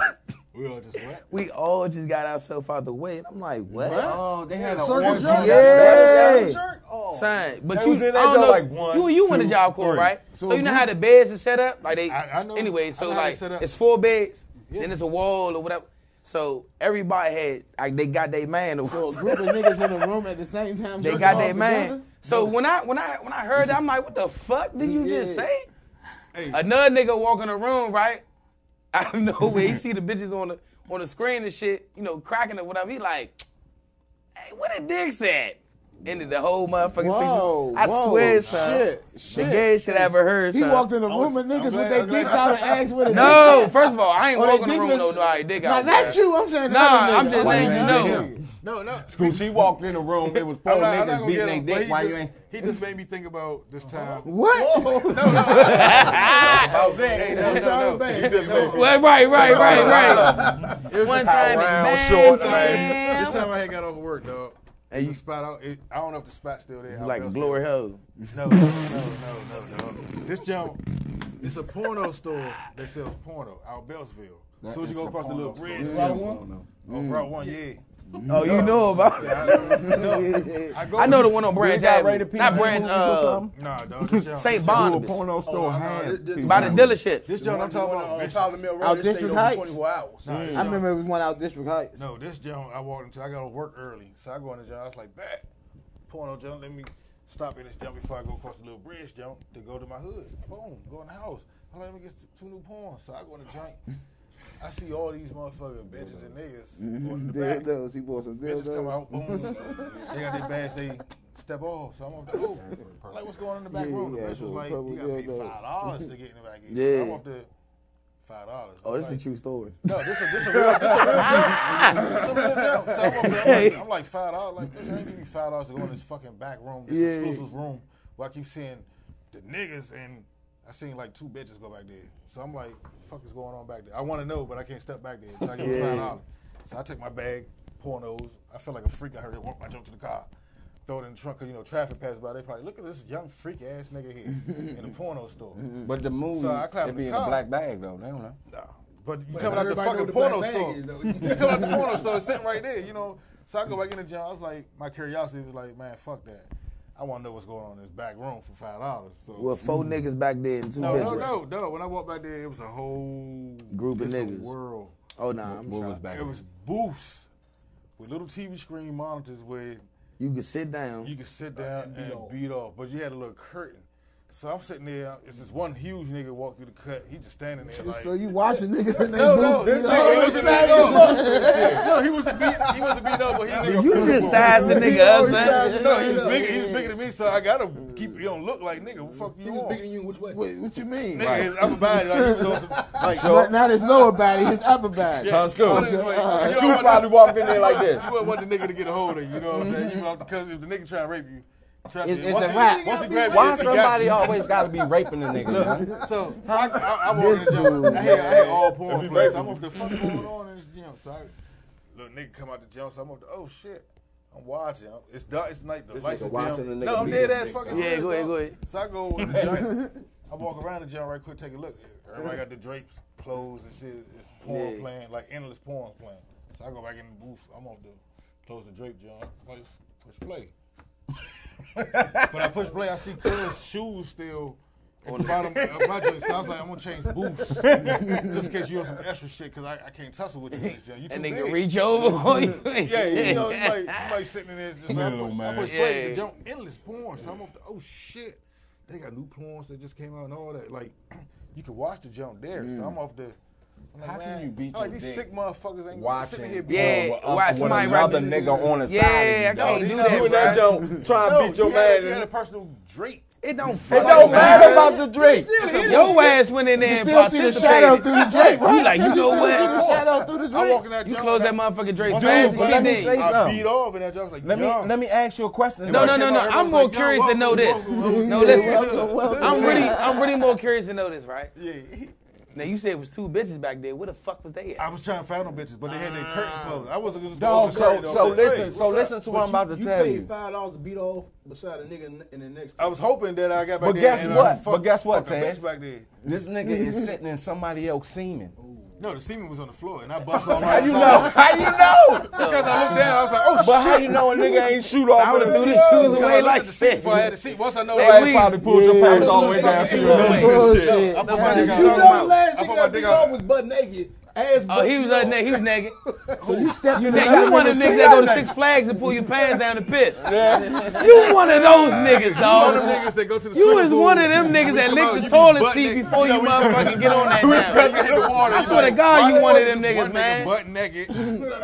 Speaker 1: We all just wet.
Speaker 8: we all just got ourselves out the way. And I'm like, what?
Speaker 2: Oh, they had a
Speaker 5: Circle
Speaker 2: orgy.
Speaker 5: jerk?
Speaker 8: Yeah.
Speaker 5: Circle jerk? Oh.
Speaker 8: Son, but
Speaker 2: They
Speaker 8: you,
Speaker 2: was in that
Speaker 8: I don't
Speaker 2: job
Speaker 8: know,
Speaker 2: like one,
Speaker 8: you you in the
Speaker 2: two,
Speaker 8: job corps,
Speaker 2: three.
Speaker 8: right? So,
Speaker 1: So
Speaker 8: you know
Speaker 1: we-
Speaker 8: how the beds are set up, like they.
Speaker 1: I- I know-
Speaker 8: Anyway,
Speaker 1: I
Speaker 8: so
Speaker 1: know how they
Speaker 8: like
Speaker 1: set up.
Speaker 8: it's four beds,
Speaker 1: Yeah.
Speaker 8: then it's a wall or whatever. So everybody had like they got their man. Or
Speaker 6: So a group of niggas in a room at the same time.
Speaker 8: they
Speaker 6: jerking
Speaker 8: got
Speaker 6: off
Speaker 8: their man.
Speaker 6: together?
Speaker 8: So when I when I when I heard that, I'm like, what the fuck did you just
Speaker 6: Yeah.
Speaker 8: say? Another nigga walk in the room, right? Out of nowhere, he see the bitches on the on the screen and shit, you know, cracking or whatever. He like, hey, what a dick said. Ended the whole motherfucking
Speaker 6: Whoa,
Speaker 8: season. I
Speaker 6: whoa,
Speaker 8: swear, son.
Speaker 6: shit, shit.
Speaker 8: The gayest shit I ever heard,
Speaker 6: He
Speaker 8: son.
Speaker 6: walked in the room of niggas with
Speaker 1: glad-
Speaker 6: their
Speaker 1: I'm
Speaker 6: dicks
Speaker 1: glad-
Speaker 6: out and ass with a
Speaker 8: No, first of all, I ain't
Speaker 6: Oh, they
Speaker 8: walking in the
Speaker 6: dicks
Speaker 8: room
Speaker 6: was-
Speaker 8: no nobody dick
Speaker 6: Nah,
Speaker 8: out.
Speaker 6: not
Speaker 8: bruh.
Speaker 6: you. I'm saying
Speaker 8: Nah,
Speaker 6: another
Speaker 8: I'm
Speaker 6: nigga.
Speaker 8: just
Speaker 6: Oh,
Speaker 8: saying,
Speaker 6: another
Speaker 8: no.
Speaker 6: nigga.
Speaker 1: No, no.
Speaker 2: Gucci walked in the room. It was four
Speaker 1: I'm not, I'm not gonna
Speaker 2: niggas
Speaker 1: get
Speaker 2: beating
Speaker 1: him.
Speaker 2: their
Speaker 1: but
Speaker 2: dick.
Speaker 1: he
Speaker 2: Why
Speaker 1: just-
Speaker 2: you ain't?
Speaker 1: He just made me think about this
Speaker 8: Uh-huh.
Speaker 1: time.
Speaker 6: What?
Speaker 2: About that.
Speaker 1: Hey, no, no, no.
Speaker 2: He just made me-
Speaker 8: Well, right, right, right, right. One time,
Speaker 2: round
Speaker 8: man,
Speaker 2: short
Speaker 8: damn.
Speaker 1: This time I had got off work, dog. Hey, you spot out. It, I don't know if the spot's still there.
Speaker 8: It's
Speaker 1: out
Speaker 8: like a
Speaker 1: Bellsville.
Speaker 8: glory hole.
Speaker 1: No, no, no, no, no, no. This jump, it's a porno store that sells porno out Bellsville. As soon as you go across the little bridge,
Speaker 2: Route one?
Speaker 1: on Route One, yeah.
Speaker 8: Oh, you know about it. I know the one on Branch
Speaker 2: got rated
Speaker 8: Avenue.
Speaker 2: PG
Speaker 8: Not Branch,
Speaker 2: movies or
Speaker 8: uh,
Speaker 2: something?
Speaker 1: Nah, dog. This jump,
Speaker 8: St.
Speaker 2: Who a
Speaker 8: Barnabas.
Speaker 2: porno store
Speaker 5: no,
Speaker 2: had?
Speaker 5: this-
Speaker 2: to
Speaker 8: By the
Speaker 6: Mm-hmm.
Speaker 2: have?
Speaker 8: dealerships.
Speaker 1: This jump I'm talking about.
Speaker 5: on
Speaker 1: vicious.
Speaker 5: Powder Mill Road.
Speaker 6: Out
Speaker 5: they stayed
Speaker 6: District
Speaker 5: open
Speaker 6: Heights.
Speaker 5: 24 hours.
Speaker 1: Nah, this
Speaker 6: I
Speaker 1: jump-
Speaker 6: remember it was one out District Heights.
Speaker 1: No, this jump I walked into. I got to work early, so I go in the jump. I was like, back porno jump. Let me stop in this jump before I go across the little bridge jump to go to my hood. Boom, go in the house. I let me get two new porns. So I go in the joint. I see all these motherfucking bitches and niggas going in the back.
Speaker 6: Dildos. He bought some
Speaker 1: Bitches come
Speaker 6: dildos.
Speaker 1: out, boom. they got their bags, they step off. So I'm up there, oh, like, what's going on in the back
Speaker 6: Yeah,
Speaker 1: room?
Speaker 6: yeah,
Speaker 1: the bitch was
Speaker 6: so
Speaker 1: like,
Speaker 6: probably
Speaker 1: you got to pay
Speaker 6: good, though.
Speaker 1: $5 to get in the back. end. So
Speaker 6: Yeah.
Speaker 1: I'm up there, $5.
Speaker 8: Oh,
Speaker 1: I'm
Speaker 8: this is
Speaker 1: like,
Speaker 8: a true story.
Speaker 1: No, this is this a real, this a real joke. This a real joke. So I'm, up there, I'm like, I'm like $5. Like, bitch, I ain't give you $5 to go in this fucking back room, this
Speaker 8: Yeah.
Speaker 1: exclusive room, where I keep seeing the niggas and I seen like two bitches go back there. So I'm like, fuck is going on back there? I want to know, but I can't step back there. So I give them five dollars. So I took my bag, pornos. I feel like a freak. I heard it walk my jump to the car. Throw it in the trunk, cause you know traffic passed by. They probably look at this young freak ass nigga here in the porno store.
Speaker 2: But the movie,
Speaker 1: So I climbed
Speaker 2: it be
Speaker 1: the
Speaker 2: in a
Speaker 1: car.
Speaker 2: black bag though. They don't know.
Speaker 1: Nah. But you coming out the
Speaker 5: everybody know
Speaker 1: fucking
Speaker 5: the black
Speaker 1: porno
Speaker 5: bag
Speaker 1: store.
Speaker 5: is, though.
Speaker 1: you coming out the porno store, it's sitting right there, you know. So I go back in the gym. I was like, my curiosity was like, man, fuck that. I want to know what's going on in this back room for five dollars. So
Speaker 8: Well, 4 niggas back there and two
Speaker 1: no,
Speaker 8: bitches.
Speaker 1: no, no, no. When I walked back there, it was a whole
Speaker 8: Group of
Speaker 1: different
Speaker 8: niggas.
Speaker 1: World.
Speaker 8: Oh, nah, I'm
Speaker 2: What
Speaker 8: sorry.
Speaker 2: was back?
Speaker 1: It was booths with little TV screen monitors where
Speaker 8: You can sit down.
Speaker 1: you could sit down and, beat,
Speaker 5: off.
Speaker 1: off. but you had a little curtain. So I'm sitting there. It's this one huge nigga walk through the cut. He just standing there like.
Speaker 6: So you watching niggas in
Speaker 1: no,
Speaker 6: their
Speaker 1: no,
Speaker 6: booth.
Speaker 1: this
Speaker 6: you
Speaker 1: nigga
Speaker 6: know?
Speaker 1: was beat up. No, he was beat. He was beat up, but he.
Speaker 8: Did you just size the nigga up, man?
Speaker 1: No, he was bigger. He was bigger than me, so I gotta keep. He don't look like nigga. What the fuck
Speaker 5: He
Speaker 1: you
Speaker 5: was
Speaker 1: on?
Speaker 5: bigger than you in which way?
Speaker 6: Wait, what you mean?
Speaker 1: Nigga, his upper body like he was on some like.
Speaker 6: Not, not his lower body, his upper body.
Speaker 1: Yeah,
Speaker 2: Scoop?
Speaker 1: all this, like, you don't
Speaker 2: Scoop
Speaker 1: want-
Speaker 2: probably walked in there like this.
Speaker 1: You wouldn't want the nigga to get a hold of you. You know what I'm saying? You want because if the nigga try to rape you, trust
Speaker 6: It's-
Speaker 1: me.
Speaker 6: it's
Speaker 1: once
Speaker 6: a
Speaker 1: he-
Speaker 6: wrap.
Speaker 1: Once he grab
Speaker 2: Why
Speaker 1: you, he got
Speaker 2: somebody
Speaker 1: you.
Speaker 2: always got to be raping the nigga? huh?
Speaker 1: So I, I, I walked in the gym. I had, I had all porn places. I'm up the fuck going on in this gym. So I, little nigga come out the gym. So I'm up the oh shit. I'm watching. I'm- It's dark. It's night. The lights is
Speaker 2: watching
Speaker 1: dim.
Speaker 2: the nigga
Speaker 1: No, I'm
Speaker 2: beat
Speaker 1: dead
Speaker 2: this
Speaker 1: ass
Speaker 2: nigga.
Speaker 1: fucking.
Speaker 8: Yeah,
Speaker 1: serious,
Speaker 8: go ahead,
Speaker 1: dog.
Speaker 8: go ahead.
Speaker 1: So I go. In the gym. I walk around the gym right quick, take a look. Everybody got the drapes closed and shit. It's porn
Speaker 8: Yeah.
Speaker 1: playing, like endless porn playing. So I go back in the booth. I'm off the close the drape, John. Push, push play. But I push play, I see Cuz shoes still on the bottom of my joint. So I was like, I'm gonna change boots just in case you on some extra shit, cause I, I can't tussle with you, bitch, John. You too
Speaker 8: And nigga
Speaker 1: big.
Speaker 8: reach over on you.
Speaker 1: Yeah, you know, you might, you might sitting in there. Just,
Speaker 2: Little
Speaker 1: I, put-
Speaker 2: man.
Speaker 1: I push play.
Speaker 8: Yeah.
Speaker 1: The jump endless porn. So I'm off the, oh shit, they got new porns that just came out and all that. Like, you can watch the jump there. So I'm off the. I'm like,
Speaker 2: Mm. How can
Speaker 1: man,
Speaker 2: you beat
Speaker 1: I'm like
Speaker 2: your
Speaker 1: these
Speaker 2: dick
Speaker 1: sick motherfuckers ain't
Speaker 2: Watching,
Speaker 1: sitting here.
Speaker 2: porn
Speaker 8: Yeah,
Speaker 2: with, uh,
Speaker 8: watch
Speaker 2: with
Speaker 8: somebody
Speaker 2: another
Speaker 8: rapping.
Speaker 2: nigga on the
Speaker 8: Yeah,
Speaker 2: side.
Speaker 8: I
Speaker 2: of you,
Speaker 8: can't
Speaker 2: dog.
Speaker 8: do
Speaker 2: You
Speaker 8: that,
Speaker 2: in that
Speaker 8: bruh.
Speaker 2: joint trying to beat your
Speaker 1: you had,
Speaker 2: man.
Speaker 1: you had a
Speaker 2: and-
Speaker 1: personal drape
Speaker 8: It don't
Speaker 2: It
Speaker 8: fucking
Speaker 2: don't matter about the Drake.
Speaker 8: Your ass went in there and
Speaker 6: Still see the shadow
Speaker 8: participated.
Speaker 6: through the Drake.
Speaker 8: You like, you know
Speaker 6: The
Speaker 8: what?
Speaker 6: shadow through the
Speaker 1: I
Speaker 6: Drake.
Speaker 1: walk in that
Speaker 8: You
Speaker 1: joint,
Speaker 8: close that
Speaker 1: that-
Speaker 8: motherfucking Drake.
Speaker 1: once
Speaker 8: door,
Speaker 1: I
Speaker 2: Dude,
Speaker 8: she
Speaker 2: but let me
Speaker 8: did.
Speaker 2: say
Speaker 1: I
Speaker 2: something.
Speaker 1: beat off in that joint. I was like,
Speaker 2: Let me
Speaker 1: yo.
Speaker 2: let me ask you a question.
Speaker 8: No, no, no, no.
Speaker 1: Everybody's
Speaker 8: I'm more
Speaker 1: like, yo,
Speaker 8: curious to know this.
Speaker 1: welcome, welcome,
Speaker 8: No,
Speaker 1: welcome.
Speaker 8: listen.
Speaker 6: Welcome, welcome.
Speaker 8: I'm really, I'm really more curious to know this, right?
Speaker 1: Yeah.
Speaker 8: Now you said it was two bitches back there. Where the fuck was they
Speaker 1: I
Speaker 8: at?
Speaker 1: was trying to find them bitches, but they had their curtain closed. I wasn't gonna just
Speaker 2: Dog,
Speaker 1: open the
Speaker 2: so
Speaker 1: curtain,
Speaker 2: so
Speaker 1: though. Hey,
Speaker 2: listen, so
Speaker 1: what's up?
Speaker 2: listen to what I'm about to
Speaker 5: you
Speaker 2: tell
Speaker 5: paid
Speaker 2: you.
Speaker 5: five dollars to beat off beside a nigga in- in the next.
Speaker 1: I was hoping that I got back
Speaker 2: But
Speaker 1: there.
Speaker 2: guess
Speaker 1: and,
Speaker 2: what?
Speaker 1: fuck-
Speaker 2: But guess what,
Speaker 1: fuck a
Speaker 2: Taz?
Speaker 1: bitch back there.
Speaker 2: This nigga is sitting in somebody else's semen.
Speaker 1: No, the semen was on the floor, and I busted on
Speaker 2: How you know? How you know?
Speaker 1: Because I looked down, I was like, oh
Speaker 2: But
Speaker 1: shit.
Speaker 2: how you know a nigga ain't shoot off?
Speaker 8: I would have
Speaker 2: with a
Speaker 8: threw the
Speaker 2: CO?
Speaker 8: shoes
Speaker 1: Because I
Speaker 8: away
Speaker 1: looked
Speaker 8: like
Speaker 1: at the seat
Speaker 8: shit.
Speaker 1: before I had the seat. Once I know
Speaker 8: Hey,
Speaker 2: Your
Speaker 1: that,
Speaker 2: ass
Speaker 8: we-
Speaker 2: probably pulled your pants all the way down. to your
Speaker 8: Wait.
Speaker 2: ass.
Speaker 6: Bullshit.
Speaker 1: I put my dick
Speaker 6: Nah,
Speaker 1: out.
Speaker 5: You know the last
Speaker 1: I
Speaker 5: nigga
Speaker 1: put
Speaker 5: that
Speaker 1: my
Speaker 5: beat
Speaker 1: dick
Speaker 5: off
Speaker 1: out.
Speaker 5: was butt naked, ass.
Speaker 8: Oh,
Speaker 5: butt
Speaker 8: he was
Speaker 5: naked.
Speaker 8: uh, na- he was naked.
Speaker 6: So you stepped in
Speaker 8: Nigga, you one of
Speaker 6: the
Speaker 8: the niggas that go to Six Flags and pull your pants down to piss. You one of those niggas,
Speaker 1: All them
Speaker 8: dog.
Speaker 1: niggas that go to the
Speaker 8: You
Speaker 1: swimming
Speaker 8: is
Speaker 1: pool,
Speaker 8: one of them niggas
Speaker 1: when
Speaker 8: that
Speaker 1: you come
Speaker 8: lick
Speaker 1: out, you be
Speaker 8: the toilet
Speaker 1: butt
Speaker 8: seat
Speaker 1: naked.
Speaker 8: before
Speaker 1: know,
Speaker 8: you motherfucking get on that now.
Speaker 1: when you hit the water,
Speaker 8: I
Speaker 1: you
Speaker 8: swear to
Speaker 1: like,
Speaker 8: God,
Speaker 1: why
Speaker 8: you
Speaker 1: the
Speaker 8: one of
Speaker 1: fuck
Speaker 8: them
Speaker 1: is
Speaker 8: niggas,
Speaker 1: one
Speaker 8: man.
Speaker 1: Nigga butt naked.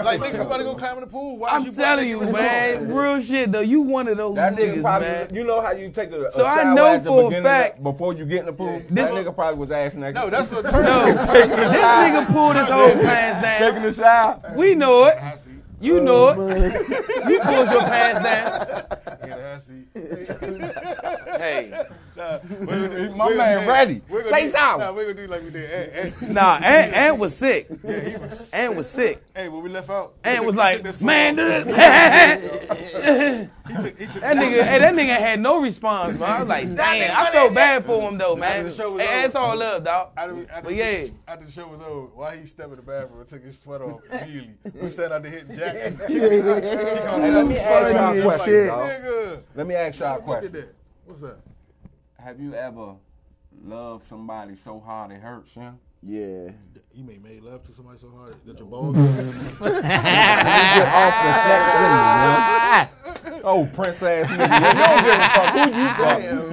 Speaker 1: like, nigga, you about to go climb in the pool? Why is you
Speaker 8: I'm
Speaker 1: butt
Speaker 8: telling
Speaker 1: naked
Speaker 8: you,
Speaker 1: in the
Speaker 8: man,
Speaker 1: pool?
Speaker 8: real shit though. You one of those
Speaker 2: That nigga
Speaker 8: niggas,
Speaker 2: probably,
Speaker 8: man.
Speaker 2: you know how you take a, a
Speaker 8: So I
Speaker 2: shower
Speaker 8: know
Speaker 2: at the
Speaker 8: for a
Speaker 2: beginning of
Speaker 8: fact-
Speaker 2: the- before you get in the pool.
Speaker 8: This-
Speaker 2: that nigga probably was ass naked.
Speaker 1: No, that's what turns
Speaker 8: No,
Speaker 1: no.
Speaker 8: this nigga pulled his whole pants
Speaker 2: taking
Speaker 8: down.
Speaker 2: a shower.
Speaker 8: We know it.
Speaker 1: I see.
Speaker 8: You know
Speaker 2: Oh,
Speaker 8: it. You pulled your pants down.
Speaker 1: Yeah, I see.
Speaker 8: Hey,
Speaker 2: My
Speaker 1: We're
Speaker 2: man,
Speaker 1: gonna-
Speaker 2: ready.
Speaker 1: we're gonna
Speaker 2: Say
Speaker 1: do-
Speaker 2: something.
Speaker 1: Nah, we're gonna do like we did. Ant- Ant-
Speaker 8: nah, Ant, Ant was sick. Ant was sick.
Speaker 1: Hey, when we left out,
Speaker 8: Ant was
Speaker 1: he took
Speaker 8: like,
Speaker 1: this
Speaker 8: man,
Speaker 1: song.
Speaker 8: dude, that
Speaker 1: he took, he took
Speaker 8: nigga, hey, that nigga had no response, man. I was like, damn, I felt bad for him though, man.
Speaker 1: the show was
Speaker 8: Hey,
Speaker 1: over.
Speaker 8: that's all love, dog.
Speaker 1: After, we- after
Speaker 8: But
Speaker 1: we-
Speaker 8: yeah.
Speaker 1: after the show was over, while he stepped in the bathroom and took his sweat off immediately, we stand out there hitting Jackson.
Speaker 2: Hey, let me ask y'all a question, dog.
Speaker 1: Nigga,
Speaker 2: Let me ask y'all a
Speaker 1: look at
Speaker 2: question.
Speaker 1: that. What's up?
Speaker 2: Have you ever loved somebody so hard it hurts you?
Speaker 6: Yeah.
Speaker 1: You may made love to somebody so hard that your bones.
Speaker 2: Get off the sex thing, bro. Oh, prince ass nigga. You don't give a fuck who you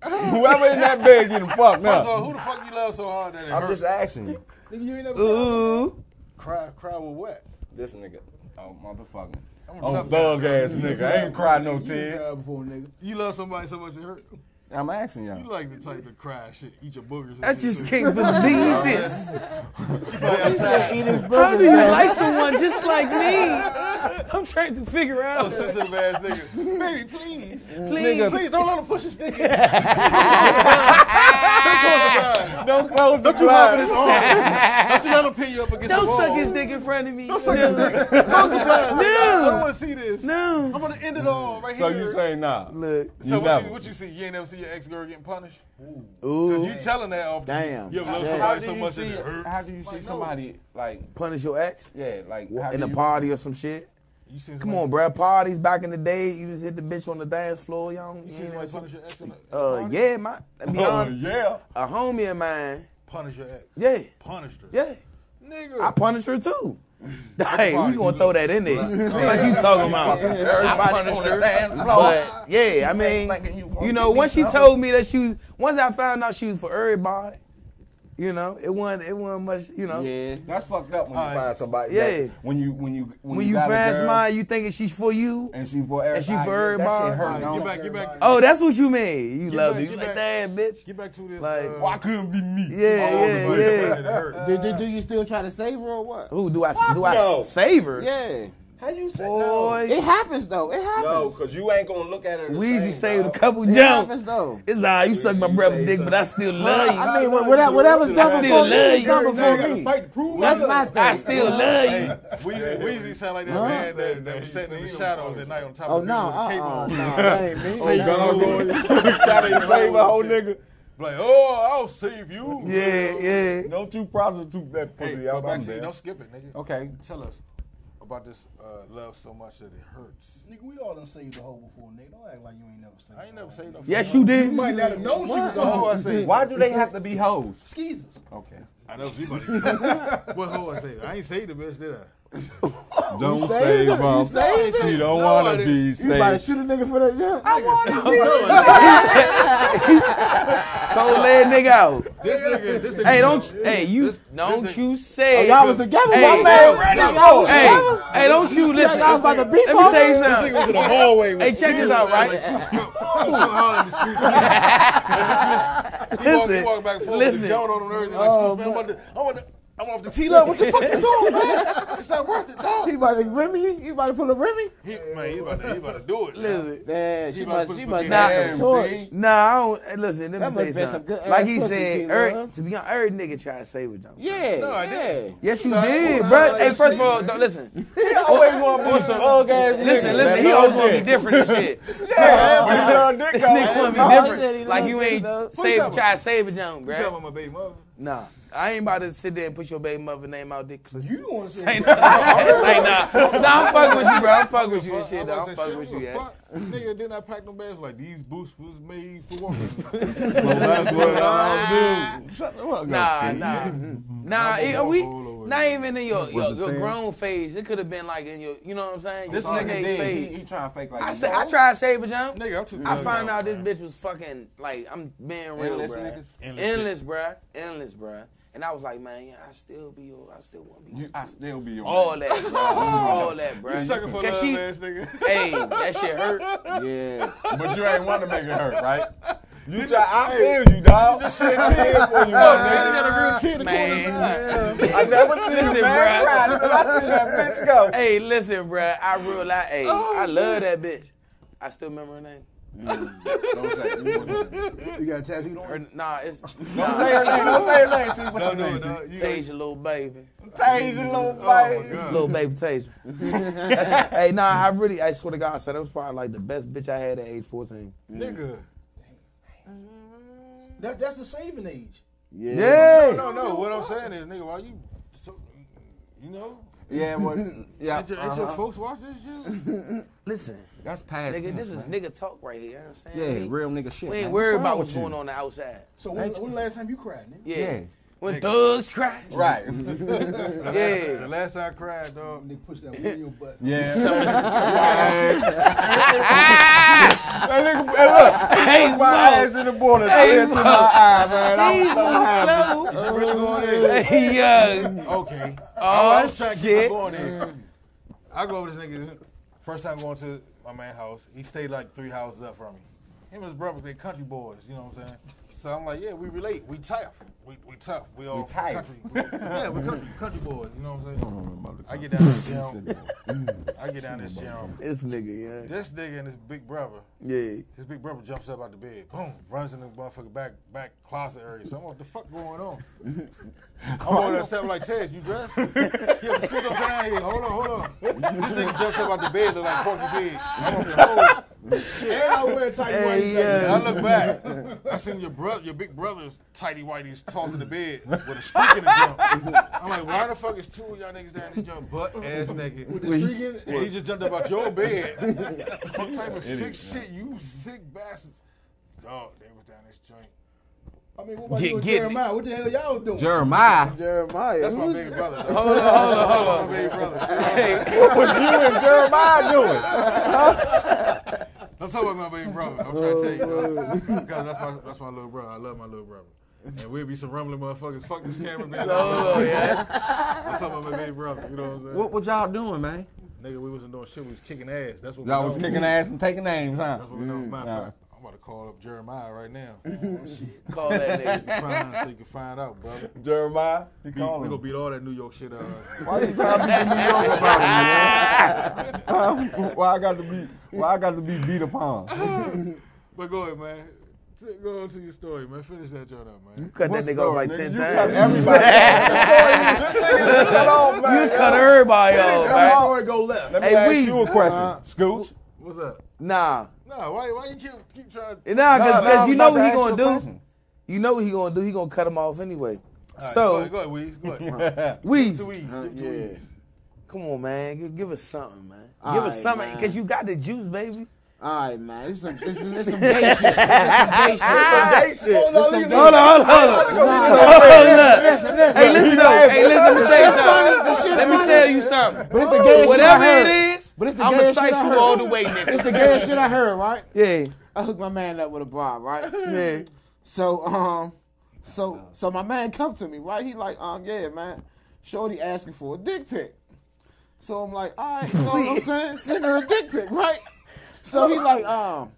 Speaker 2: fuck. Whoever in that bed getting fucked up.
Speaker 1: so who the fuck you love so hard that it
Speaker 2: I'm
Speaker 1: hurts?
Speaker 2: just asking you.
Speaker 5: Nigga, you ain't never.
Speaker 8: Ooh.
Speaker 1: Cry, cry with what?
Speaker 2: This nigga. Oh, motherfucker.
Speaker 1: I'm a
Speaker 2: Oh,
Speaker 1: tough
Speaker 2: thug
Speaker 1: guy.
Speaker 2: ass nigga. I ain't cried no tears.
Speaker 5: Yeah, before nigga.
Speaker 1: You love somebody so much it hurt.
Speaker 2: I'm asking y'all.
Speaker 1: You like the type to cry, shit, eat your boogers. and
Speaker 8: I
Speaker 1: shit,
Speaker 8: just
Speaker 1: too.
Speaker 8: can't believe this.
Speaker 6: He said eat his
Speaker 8: How do you
Speaker 6: boogers.
Speaker 8: like someone just like me? I'm trying to figure
Speaker 5: Oh,
Speaker 8: out.
Speaker 1: Sensitive ass nigga. Baby, please.
Speaker 8: Please,
Speaker 1: Please don't let him push his dick in. Don't close his eyes.
Speaker 2: Don't close the
Speaker 1: Don't you hop in his arm. Don't you let him pin you up against the
Speaker 8: don't
Speaker 1: wall.
Speaker 8: suck his dick in front of me.
Speaker 1: Don't suck his dick. Close the blinds. I don't want to see this.
Speaker 8: No.
Speaker 1: I'm going to end it all right
Speaker 2: So
Speaker 1: here.
Speaker 2: you saying nah.
Speaker 8: Look,
Speaker 2: you
Speaker 1: so what,
Speaker 2: never.
Speaker 1: you, what you see? You ain't never see your ex girl getting punished?
Speaker 6: Ooh.
Speaker 1: You telling that off.
Speaker 6: Damn.
Speaker 1: You ever love somebody
Speaker 2: How
Speaker 6: Shit.
Speaker 2: do
Speaker 1: so
Speaker 2: you
Speaker 1: much that
Speaker 2: see,
Speaker 1: it hurts?
Speaker 2: how do you see somebody like
Speaker 8: Punish your ex
Speaker 2: yeah, like how
Speaker 8: in
Speaker 2: do
Speaker 8: a
Speaker 2: you- Oh,
Speaker 8: party or some shit.
Speaker 1: You seen
Speaker 8: Come
Speaker 1: somebody-
Speaker 8: on, bruh. Parties back in the day, you just hit the bitch on the dance floor, y'all.
Speaker 1: You seen somebody punish your ex? in a-
Speaker 8: uh, yeah, my, I mean,
Speaker 2: Oh,
Speaker 8: honest,
Speaker 2: yeah.
Speaker 8: a homie of mine.
Speaker 1: Punish your ex.
Speaker 8: Yeah,
Speaker 1: Punished her.
Speaker 8: yeah.
Speaker 1: Nigga.
Speaker 8: I punished her too.
Speaker 1: party,
Speaker 8: hey, we gonna
Speaker 1: you
Speaker 8: throw that in there. What you talking about?
Speaker 2: Everybody on the dance
Speaker 8: But yeah, I mean,
Speaker 2: Thinking you gonna
Speaker 8: you know,
Speaker 2: give me
Speaker 8: once she
Speaker 2: something.
Speaker 8: told me that she was, once I found out she was for everybody, you know, it wasn't, it wasn't much, you know.
Speaker 6: Yeah.
Speaker 2: That's fucked up when you
Speaker 1: Alright.
Speaker 2: find somebody.
Speaker 8: Yeah.
Speaker 2: that- when you when you when,
Speaker 8: When you
Speaker 2: got a
Speaker 8: find
Speaker 2: girl
Speaker 8: somebody, you thinking she's for you.
Speaker 2: and she for everybody.
Speaker 8: she for
Speaker 2: That
Speaker 8: everybody.
Speaker 2: shit
Speaker 1: All
Speaker 2: hurt.
Speaker 1: right,
Speaker 2: don't
Speaker 1: get
Speaker 2: it?
Speaker 1: back, get back.
Speaker 8: Oh, that's what you mean. You
Speaker 1: Get
Speaker 8: love
Speaker 1: back,
Speaker 8: her. You
Speaker 1: get
Speaker 8: like,
Speaker 1: back.
Speaker 8: damn, bitch.
Speaker 1: Get back to this.
Speaker 8: Like,
Speaker 1: uh,
Speaker 2: Why couldn't be me?
Speaker 8: Yeah,
Speaker 1: balls
Speaker 8: yeah,
Speaker 1: about it,
Speaker 8: yeah.
Speaker 1: somebody that hurt.
Speaker 5: Uh,
Speaker 6: Do, do, do you still try to save her or what?
Speaker 8: Who do I do I
Speaker 2: no.
Speaker 8: save her?
Speaker 6: Yeah.
Speaker 2: How you say
Speaker 8: Boy,
Speaker 6: It happens though. It happens.
Speaker 2: no? No, cause you ain't gonna look at her. the
Speaker 8: Weezy
Speaker 2: same,
Speaker 8: saved a
Speaker 2: dog.
Speaker 8: couple
Speaker 6: It happens
Speaker 8: jumps.
Speaker 6: though.
Speaker 8: It's all right. You suck my
Speaker 2: you
Speaker 8: brother
Speaker 2: say
Speaker 8: dick, but I still love you.
Speaker 6: I mean, wha- whatever, whatever's done before
Speaker 8: I still
Speaker 6: me,
Speaker 8: love
Speaker 6: is
Speaker 8: you.
Speaker 5: Now
Speaker 6: done
Speaker 5: you
Speaker 6: before
Speaker 5: gotta
Speaker 6: me.
Speaker 5: fight to prove
Speaker 6: That's
Speaker 5: it.
Speaker 6: my
Speaker 8: I
Speaker 6: thing.
Speaker 8: still love you.
Speaker 1: Hey, Weezy, Weezy sound like that man that, that was sitting in the shadows at night on top
Speaker 6: Oh
Speaker 1: of
Speaker 6: no,
Speaker 1: the
Speaker 6: uh,
Speaker 1: with a cape
Speaker 6: uh, no,
Speaker 8: uh-uh.
Speaker 1: on.
Speaker 6: that ain't me.
Speaker 1: Save
Speaker 6: No.
Speaker 1: your
Speaker 2: Gotta save a whole
Speaker 1: Shit.
Speaker 2: nigga.
Speaker 1: Like, oh, I'll save you.
Speaker 8: Yeah, yeah.
Speaker 2: Don't you prostitute that
Speaker 1: Hey,
Speaker 2: pussy
Speaker 1: but
Speaker 2: out?
Speaker 1: back
Speaker 2: I'm
Speaker 1: to you.
Speaker 2: dead.
Speaker 1: Don't skip it, nigga.
Speaker 2: Okay.
Speaker 1: Tell us about this uh, love so much that it hurts.
Speaker 5: Nigga, we all done saved the hoe before, nigga. Don't act like you ain't never saved.
Speaker 1: I ain't never saved no.
Speaker 8: Yes, you did.
Speaker 5: Might not have known she was a
Speaker 1: What hoe
Speaker 5: hoe.
Speaker 1: I say?
Speaker 2: Why do they have to be hoes?
Speaker 5: Skeezers.
Speaker 2: Okay.
Speaker 1: I know somebody. what hoe I say? I ain't saved the bitch, did I?
Speaker 2: Don't
Speaker 6: saved
Speaker 2: save
Speaker 6: her. You
Speaker 2: mom.
Speaker 6: saved
Speaker 2: She don't
Speaker 1: No,
Speaker 2: want
Speaker 1: it
Speaker 2: to be
Speaker 6: You about to
Speaker 2: saved.
Speaker 6: shoot a nigga for that jump? I
Speaker 8: Cold leg nigga out.
Speaker 1: This nigga, this nigga.
Speaker 8: Hey, don't hey you
Speaker 1: this
Speaker 8: don't
Speaker 1: nigga-
Speaker 8: you say
Speaker 6: y'all was together.
Speaker 8: Hey,
Speaker 6: y'all married.
Speaker 8: hey,
Speaker 6: Y'all was
Speaker 8: hey,
Speaker 6: together.
Speaker 8: hey, don't you listen.
Speaker 6: y'all was about to beef
Speaker 8: Let me
Speaker 6: on
Speaker 8: say
Speaker 6: her?
Speaker 8: you
Speaker 1: This
Speaker 8: something.
Speaker 1: nigga was in the hallway. with
Speaker 8: Hey, check
Speaker 1: kids,
Speaker 8: this out,
Speaker 1: man,
Speaker 8: right?
Speaker 1: Like, scoop, scoop. He was hollering, scoop, scoop. He walked- he
Speaker 8: Listen,
Speaker 1: walked back and forth with
Speaker 8: listen. Oh,
Speaker 1: the joint on him and everything. Like, scoop, man, I'm about to- I'm about to- I'm off the tee level. What the fuck you doing, man? It's not worth it, dog.
Speaker 6: He about to Remy? You? You about to pull a Remy?
Speaker 1: He, man, he about, to, he about to do it. Listen.
Speaker 8: Listen.
Speaker 6: Yeah, she
Speaker 1: about to
Speaker 6: must.
Speaker 1: put
Speaker 6: She
Speaker 1: some
Speaker 6: must
Speaker 1: good
Speaker 6: have
Speaker 2: ass
Speaker 6: some
Speaker 2: on him, G.
Speaker 6: choice.
Speaker 8: Nah, I don't hey, listen. Let
Speaker 6: That
Speaker 8: me
Speaker 6: must
Speaker 8: say
Speaker 6: have been some
Speaker 8: something.
Speaker 6: good
Speaker 8: like
Speaker 6: ass
Speaker 8: he
Speaker 6: pussy,
Speaker 8: said,
Speaker 6: Kilo,
Speaker 8: every-
Speaker 6: huh?
Speaker 8: to be honest, every nigga try to save a jump.
Speaker 6: Yeah,
Speaker 1: No, I didn't.
Speaker 6: yeah.
Speaker 8: Yes, you
Speaker 1: Sorry,
Speaker 8: did,
Speaker 1: I'm
Speaker 8: bro.
Speaker 1: not
Speaker 8: Hey, first of
Speaker 1: saying
Speaker 8: all,
Speaker 1: that.
Speaker 8: don't listen.
Speaker 2: He always want to be some ugly ass
Speaker 8: Listen,
Speaker 2: nigga.
Speaker 8: listen. He
Speaker 2: That
Speaker 8: always
Speaker 2: little
Speaker 8: gonna be
Speaker 2: dick.
Speaker 8: different and shit.
Speaker 2: Yeah, but he love dick
Speaker 8: This
Speaker 2: out.
Speaker 8: nigga wanna
Speaker 6: No,
Speaker 8: be
Speaker 6: he said he
Speaker 8: different. Like
Speaker 6: love
Speaker 8: you
Speaker 6: dick,
Speaker 8: ain't
Speaker 6: though.
Speaker 1: Who you
Speaker 8: save,
Speaker 1: talking
Speaker 8: try to save a jump,
Speaker 1: You talking about
Speaker 8: bro.
Speaker 1: my baby mother?
Speaker 8: Nah, I ain't about to sit there and put your baby mother name out there.
Speaker 5: You don't want to say
Speaker 8: Ain't nah, Ain't nah. Nah, I'm fucking with you, bro. I'm fucking with you and shit.
Speaker 1: I
Speaker 8: Though. I'm
Speaker 1: wasn't
Speaker 8: fucking
Speaker 1: sure
Speaker 8: with
Speaker 1: what
Speaker 8: you,
Speaker 1: the
Speaker 8: yeah.
Speaker 1: fuck. Nigga, then I packed them bags like these boots was made for walking.
Speaker 2: Well, that's what I do. Shut the fuck
Speaker 8: Nah,
Speaker 2: up, G.
Speaker 8: nah, nah.
Speaker 1: I'm
Speaker 8: it-
Speaker 1: gonna
Speaker 8: we
Speaker 1: walk all over
Speaker 8: not
Speaker 1: you.
Speaker 8: even in your your,
Speaker 2: the
Speaker 8: your
Speaker 2: thing.
Speaker 8: grown phase. It could have been like in your, you know what I'm saying?
Speaker 2: This
Speaker 8: your
Speaker 2: nigga
Speaker 8: teenage
Speaker 2: did.
Speaker 8: phase.
Speaker 2: He, he trying to fake like
Speaker 8: I
Speaker 2: he
Speaker 8: said I
Speaker 2: don't.
Speaker 8: tried to save a jump.
Speaker 1: Nigga, I'm too
Speaker 8: I
Speaker 1: thugged
Speaker 8: found out this
Speaker 1: man.
Speaker 8: bitch was fucking like I'm being real,
Speaker 2: Endless
Speaker 8: bruh.
Speaker 2: niggas?
Speaker 1: Endless
Speaker 8: Endless, bruh. Endless, bruh. And I was like, man, yeah, I still be your, I still want to be
Speaker 2: You, I still be your
Speaker 8: all
Speaker 2: man.
Speaker 8: that, bruh. all that, bruh.
Speaker 1: You sucker for
Speaker 8: Cause
Speaker 1: love,
Speaker 8: she-
Speaker 1: ass nigga.
Speaker 8: Hey, that shit hurt.
Speaker 6: Yeah.
Speaker 2: But you ain't want to make it hurt, right? You try. I feel you, dog. I
Speaker 1: got a real tear in the corner of his
Speaker 8: Man.
Speaker 1: eye.
Speaker 2: never seen
Speaker 8: Listen,
Speaker 2: a man
Speaker 8: bruh.
Speaker 2: cry until I seen that bitch go.
Speaker 8: Hey, listen, bruh. I realize, hey,
Speaker 2: Oh,
Speaker 8: I love that bitch. I still remember her name.
Speaker 2: Don't say it.
Speaker 5: You got a tattoo on?
Speaker 8: Her, nah, it's
Speaker 2: Don't say her name. Don't say her name. T. What's
Speaker 1: No,
Speaker 2: her
Speaker 1: no,
Speaker 2: name? T?
Speaker 1: no. You
Speaker 8: Tasia, little baby.
Speaker 2: Tasia, little
Speaker 1: Oh,
Speaker 2: baby.
Speaker 1: my God.
Speaker 8: Little baby Tasia. That's- hey, nah, I really, I swear to God, son, that was probably like the best bitch I had at age 14.
Speaker 1: Nigga.
Speaker 5: That, that's the saving age.
Speaker 6: Yeah.
Speaker 8: Yeah.
Speaker 1: No, no. What I'm saying is, nigga, why you, so, you know,
Speaker 2: Yeah, what? Yeah.
Speaker 1: ain't your, ain't your folks watch this shit?
Speaker 8: Listen,
Speaker 2: That's past.
Speaker 8: nigga,
Speaker 2: tense,
Speaker 8: this is
Speaker 2: man.
Speaker 8: nigga talk right here. You know what I'm saying?
Speaker 2: Yeah,
Speaker 8: we,
Speaker 2: real nigga shit.
Speaker 8: we ain't
Speaker 2: man.
Speaker 8: worried
Speaker 2: wrong
Speaker 8: about what's
Speaker 2: with you?
Speaker 8: going on the outside.
Speaker 5: So when, when the last time you cried, nigga?
Speaker 8: Yeah.
Speaker 2: Yeah.
Speaker 8: When thugs cry.
Speaker 2: Right.
Speaker 1: The
Speaker 8: Yeah.
Speaker 1: last time I cried, dog.
Speaker 5: Nigga push that one in your butt.
Speaker 2: Yeah. that nigga, hey, look, my
Speaker 8: hey, whoa.
Speaker 2: eyes in the border, tear to my eye, man. I'm
Speaker 8: These
Speaker 2: so happy.
Speaker 8: motherfuckers.
Speaker 1: You really going in?
Speaker 8: Hey, yo.
Speaker 1: Okay. I
Speaker 8: Oh,
Speaker 1: was trying to get my
Speaker 8: shit.
Speaker 1: boy in there. I go over this nigga. First time going to my man's house. He stayed like three houses up from me. Him and his brother, they country boys. You know what I'm saying? So I'm like, yeah, we relate. We tough. We, we tough. We all
Speaker 2: We tight.
Speaker 1: country. We- yeah, we country country boys. You know what I'm saying? I get down this gym. I get down this gym.
Speaker 8: This nigga, yeah.
Speaker 1: This nigga and his big brother.
Speaker 8: Yeah.
Speaker 1: His big brother jumps up out the bed, boom, runs in the motherfucker back back closet area. So I'm like, what the fuck going on? I'm over there step like Ted, you dressed? yeah, but scoot up down here. Hold on, hold on. This nigga jumps up out the bed, look like Porky Pig. I'm over there, "Oh."
Speaker 5: And I wear a tight
Speaker 8: Hey,
Speaker 5: white
Speaker 8: yeah.
Speaker 1: And I look back. I seen your brother, your big brother's tighty whitey's tossed in the bed with a streak in the jump. I'm like, why the fuck is two of y'all niggas down this jump butt ass nigga? And he just jumped up out your bed. what type of sick shit you sick bastards? Dog, they was down this joint.
Speaker 5: I mean, what about
Speaker 8: Get-
Speaker 5: you and
Speaker 8: get it.
Speaker 5: Jeremiah? What the hell y'all doing?
Speaker 2: Jeremiah.
Speaker 6: Jeremiah.
Speaker 1: That's my
Speaker 6: who's-
Speaker 1: baby brother. Though.
Speaker 8: Hold on, hold on, hold
Speaker 1: That's
Speaker 8: on.
Speaker 1: my baby brother.
Speaker 8: Hey,
Speaker 2: What was you and Jeremiah doing?
Speaker 1: I'm talking about my baby brother. I'm trying to tell you,
Speaker 5: Oh,
Speaker 1: dog. because that's my that's my little brother. I love my little brother. And we'll be some rumbling motherfuckers. Fuck this camera, man.
Speaker 8: hold on, Oh, yeah.
Speaker 1: I'm talking about my baby brother. You know what I'm saying?
Speaker 2: What was y'all doing, man?
Speaker 1: Nigga, we wasn't doing shit. We was kicking ass. That's what
Speaker 2: Y'all
Speaker 1: we
Speaker 2: was
Speaker 1: know.
Speaker 2: kicking ass and taking names, huh?
Speaker 1: That's what we know. Matter
Speaker 2: Mm,
Speaker 1: of
Speaker 2: nah.
Speaker 1: fact, I'm about to call up Jeremiah right now. Oh, shit.
Speaker 8: Call that nigga.
Speaker 1: Find, so you can find out, brother.
Speaker 2: Jeremiah, you
Speaker 1: Beat, we
Speaker 2: call
Speaker 1: gonna
Speaker 2: him.
Speaker 1: beat all that New York shit out.
Speaker 2: Why you trying to be in New York about it, man? why I got to be? Why I got to be beat upon?
Speaker 1: but go ahead, man. T- Go on to your story, man. Finish that joint up, man.
Speaker 8: Cut that
Speaker 2: What
Speaker 8: nigga
Speaker 2: story,
Speaker 8: off like
Speaker 2: nigga?
Speaker 8: 10
Speaker 2: you Cut
Speaker 8: times.
Speaker 2: everybody. off. This nigga cut off, Oh, man.
Speaker 8: You cut everybody off, man.
Speaker 2: How far go left? Let me
Speaker 8: Hey,
Speaker 2: ask
Speaker 8: Weezy.
Speaker 2: you a question, Scooch.
Speaker 1: What's up?
Speaker 8: Nah.
Speaker 1: Nah, why why you keep keep trying to?
Speaker 8: Nah,
Speaker 2: Nah,
Speaker 8: because
Speaker 2: nah,
Speaker 8: you
Speaker 2: I'm
Speaker 8: know
Speaker 2: about
Speaker 8: what
Speaker 2: to
Speaker 8: he
Speaker 2: ask you
Speaker 8: going
Speaker 2: a
Speaker 8: to do.
Speaker 2: question.
Speaker 8: You know what he going to do. He going to cut him off anyway.
Speaker 1: All right,
Speaker 8: so,
Speaker 1: go ahead, go ahead, Weez. Go ahead.
Speaker 8: Weez,
Speaker 1: Give it to Weez.
Speaker 6: Uh,
Speaker 1: Give it to
Speaker 6: yeah.
Speaker 1: Weez.
Speaker 8: come on, man. Give, give us something, man.
Speaker 6: All
Speaker 8: give us
Speaker 6: right,
Speaker 8: something.
Speaker 6: man.
Speaker 8: Because you got the juice, baby.
Speaker 6: All right, man. This is some, this is, this some gay shit. This some gay shit.
Speaker 8: Hey,
Speaker 9: Hold on, leave it.
Speaker 8: Hold on, hold on.
Speaker 6: Listen, listen.
Speaker 8: Hey, listen though. Hey, listen. Let me tell you
Speaker 6: This shit
Speaker 8: something. Let me
Speaker 6: funny.
Speaker 8: tell you something.
Speaker 6: But it's the gayest
Speaker 8: Whatever
Speaker 6: shit I heard.
Speaker 8: it is,
Speaker 6: But it's the
Speaker 8: I'ma
Speaker 6: gayest shit
Speaker 8: cite
Speaker 6: I
Speaker 8: you
Speaker 6: heard.
Speaker 8: all the way,
Speaker 6: It's
Speaker 8: nigga.
Speaker 6: the gayest shit I heard, right?
Speaker 8: Yeah,
Speaker 6: I hooked my man up with a bribe, right?
Speaker 8: yeah.
Speaker 6: So um, so so my man come to me, right? He like, um, yeah, man, Shorty asking for a dick pic. So I'm like, all right, you know what I'm saying? Send her a dick pic, right? So he like, um,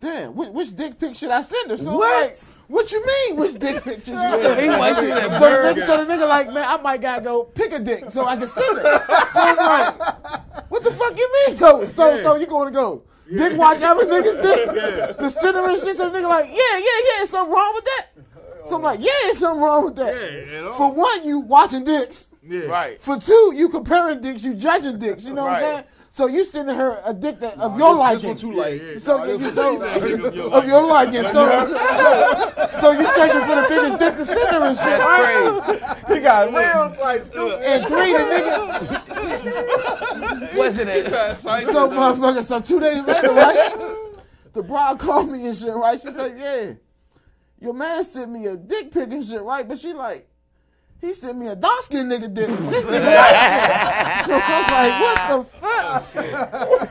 Speaker 6: damn, which, which dick pic should I send her? So I'm
Speaker 8: What?
Speaker 6: like, what you mean, which dick pic should you send her?
Speaker 8: He wants you to
Speaker 6: so,
Speaker 8: burn.
Speaker 6: the nigga, so the nigga like, man, I might gotta go pick a dick so I can send it. So I'm like, what the fuck you mean go? So so you gonna go? Dick watch every nigga's dick. The center and shit. So the nigga like, yeah, yeah, yeah, it's something wrong with that. So I'm like, yeah, it's something wrong with that.
Speaker 1: Yeah, at all.
Speaker 6: For one, you watching dicks.
Speaker 1: Yeah.
Speaker 8: Right.
Speaker 6: For two, you comparing dicks, you judging dicks. You know what I'm
Speaker 8: Right.
Speaker 6: saying? So you sending her a dick that of your
Speaker 9: This
Speaker 6: liking.
Speaker 9: what you like.
Speaker 1: Yeah, yeah.
Speaker 6: So
Speaker 1: Nah,
Speaker 6: you-
Speaker 1: this
Speaker 6: so-
Speaker 1: is a dick of your
Speaker 6: of
Speaker 1: liking.
Speaker 6: your liking. So, so, so you searching for the biggest dick to send her and shit. right?
Speaker 8: That's crazy.
Speaker 2: He got wheels like
Speaker 6: And three, the nigga.
Speaker 8: What's it at?
Speaker 1: That's how you
Speaker 6: So
Speaker 1: do it.
Speaker 6: motherfucker. So two days later, right? The broad called me and shit, right? She said, "Yeah, your man sent me a dick pic and shit, right?" But she like, he sent me a dark skin nigga dick. This nigga light skin. So I'm like, what the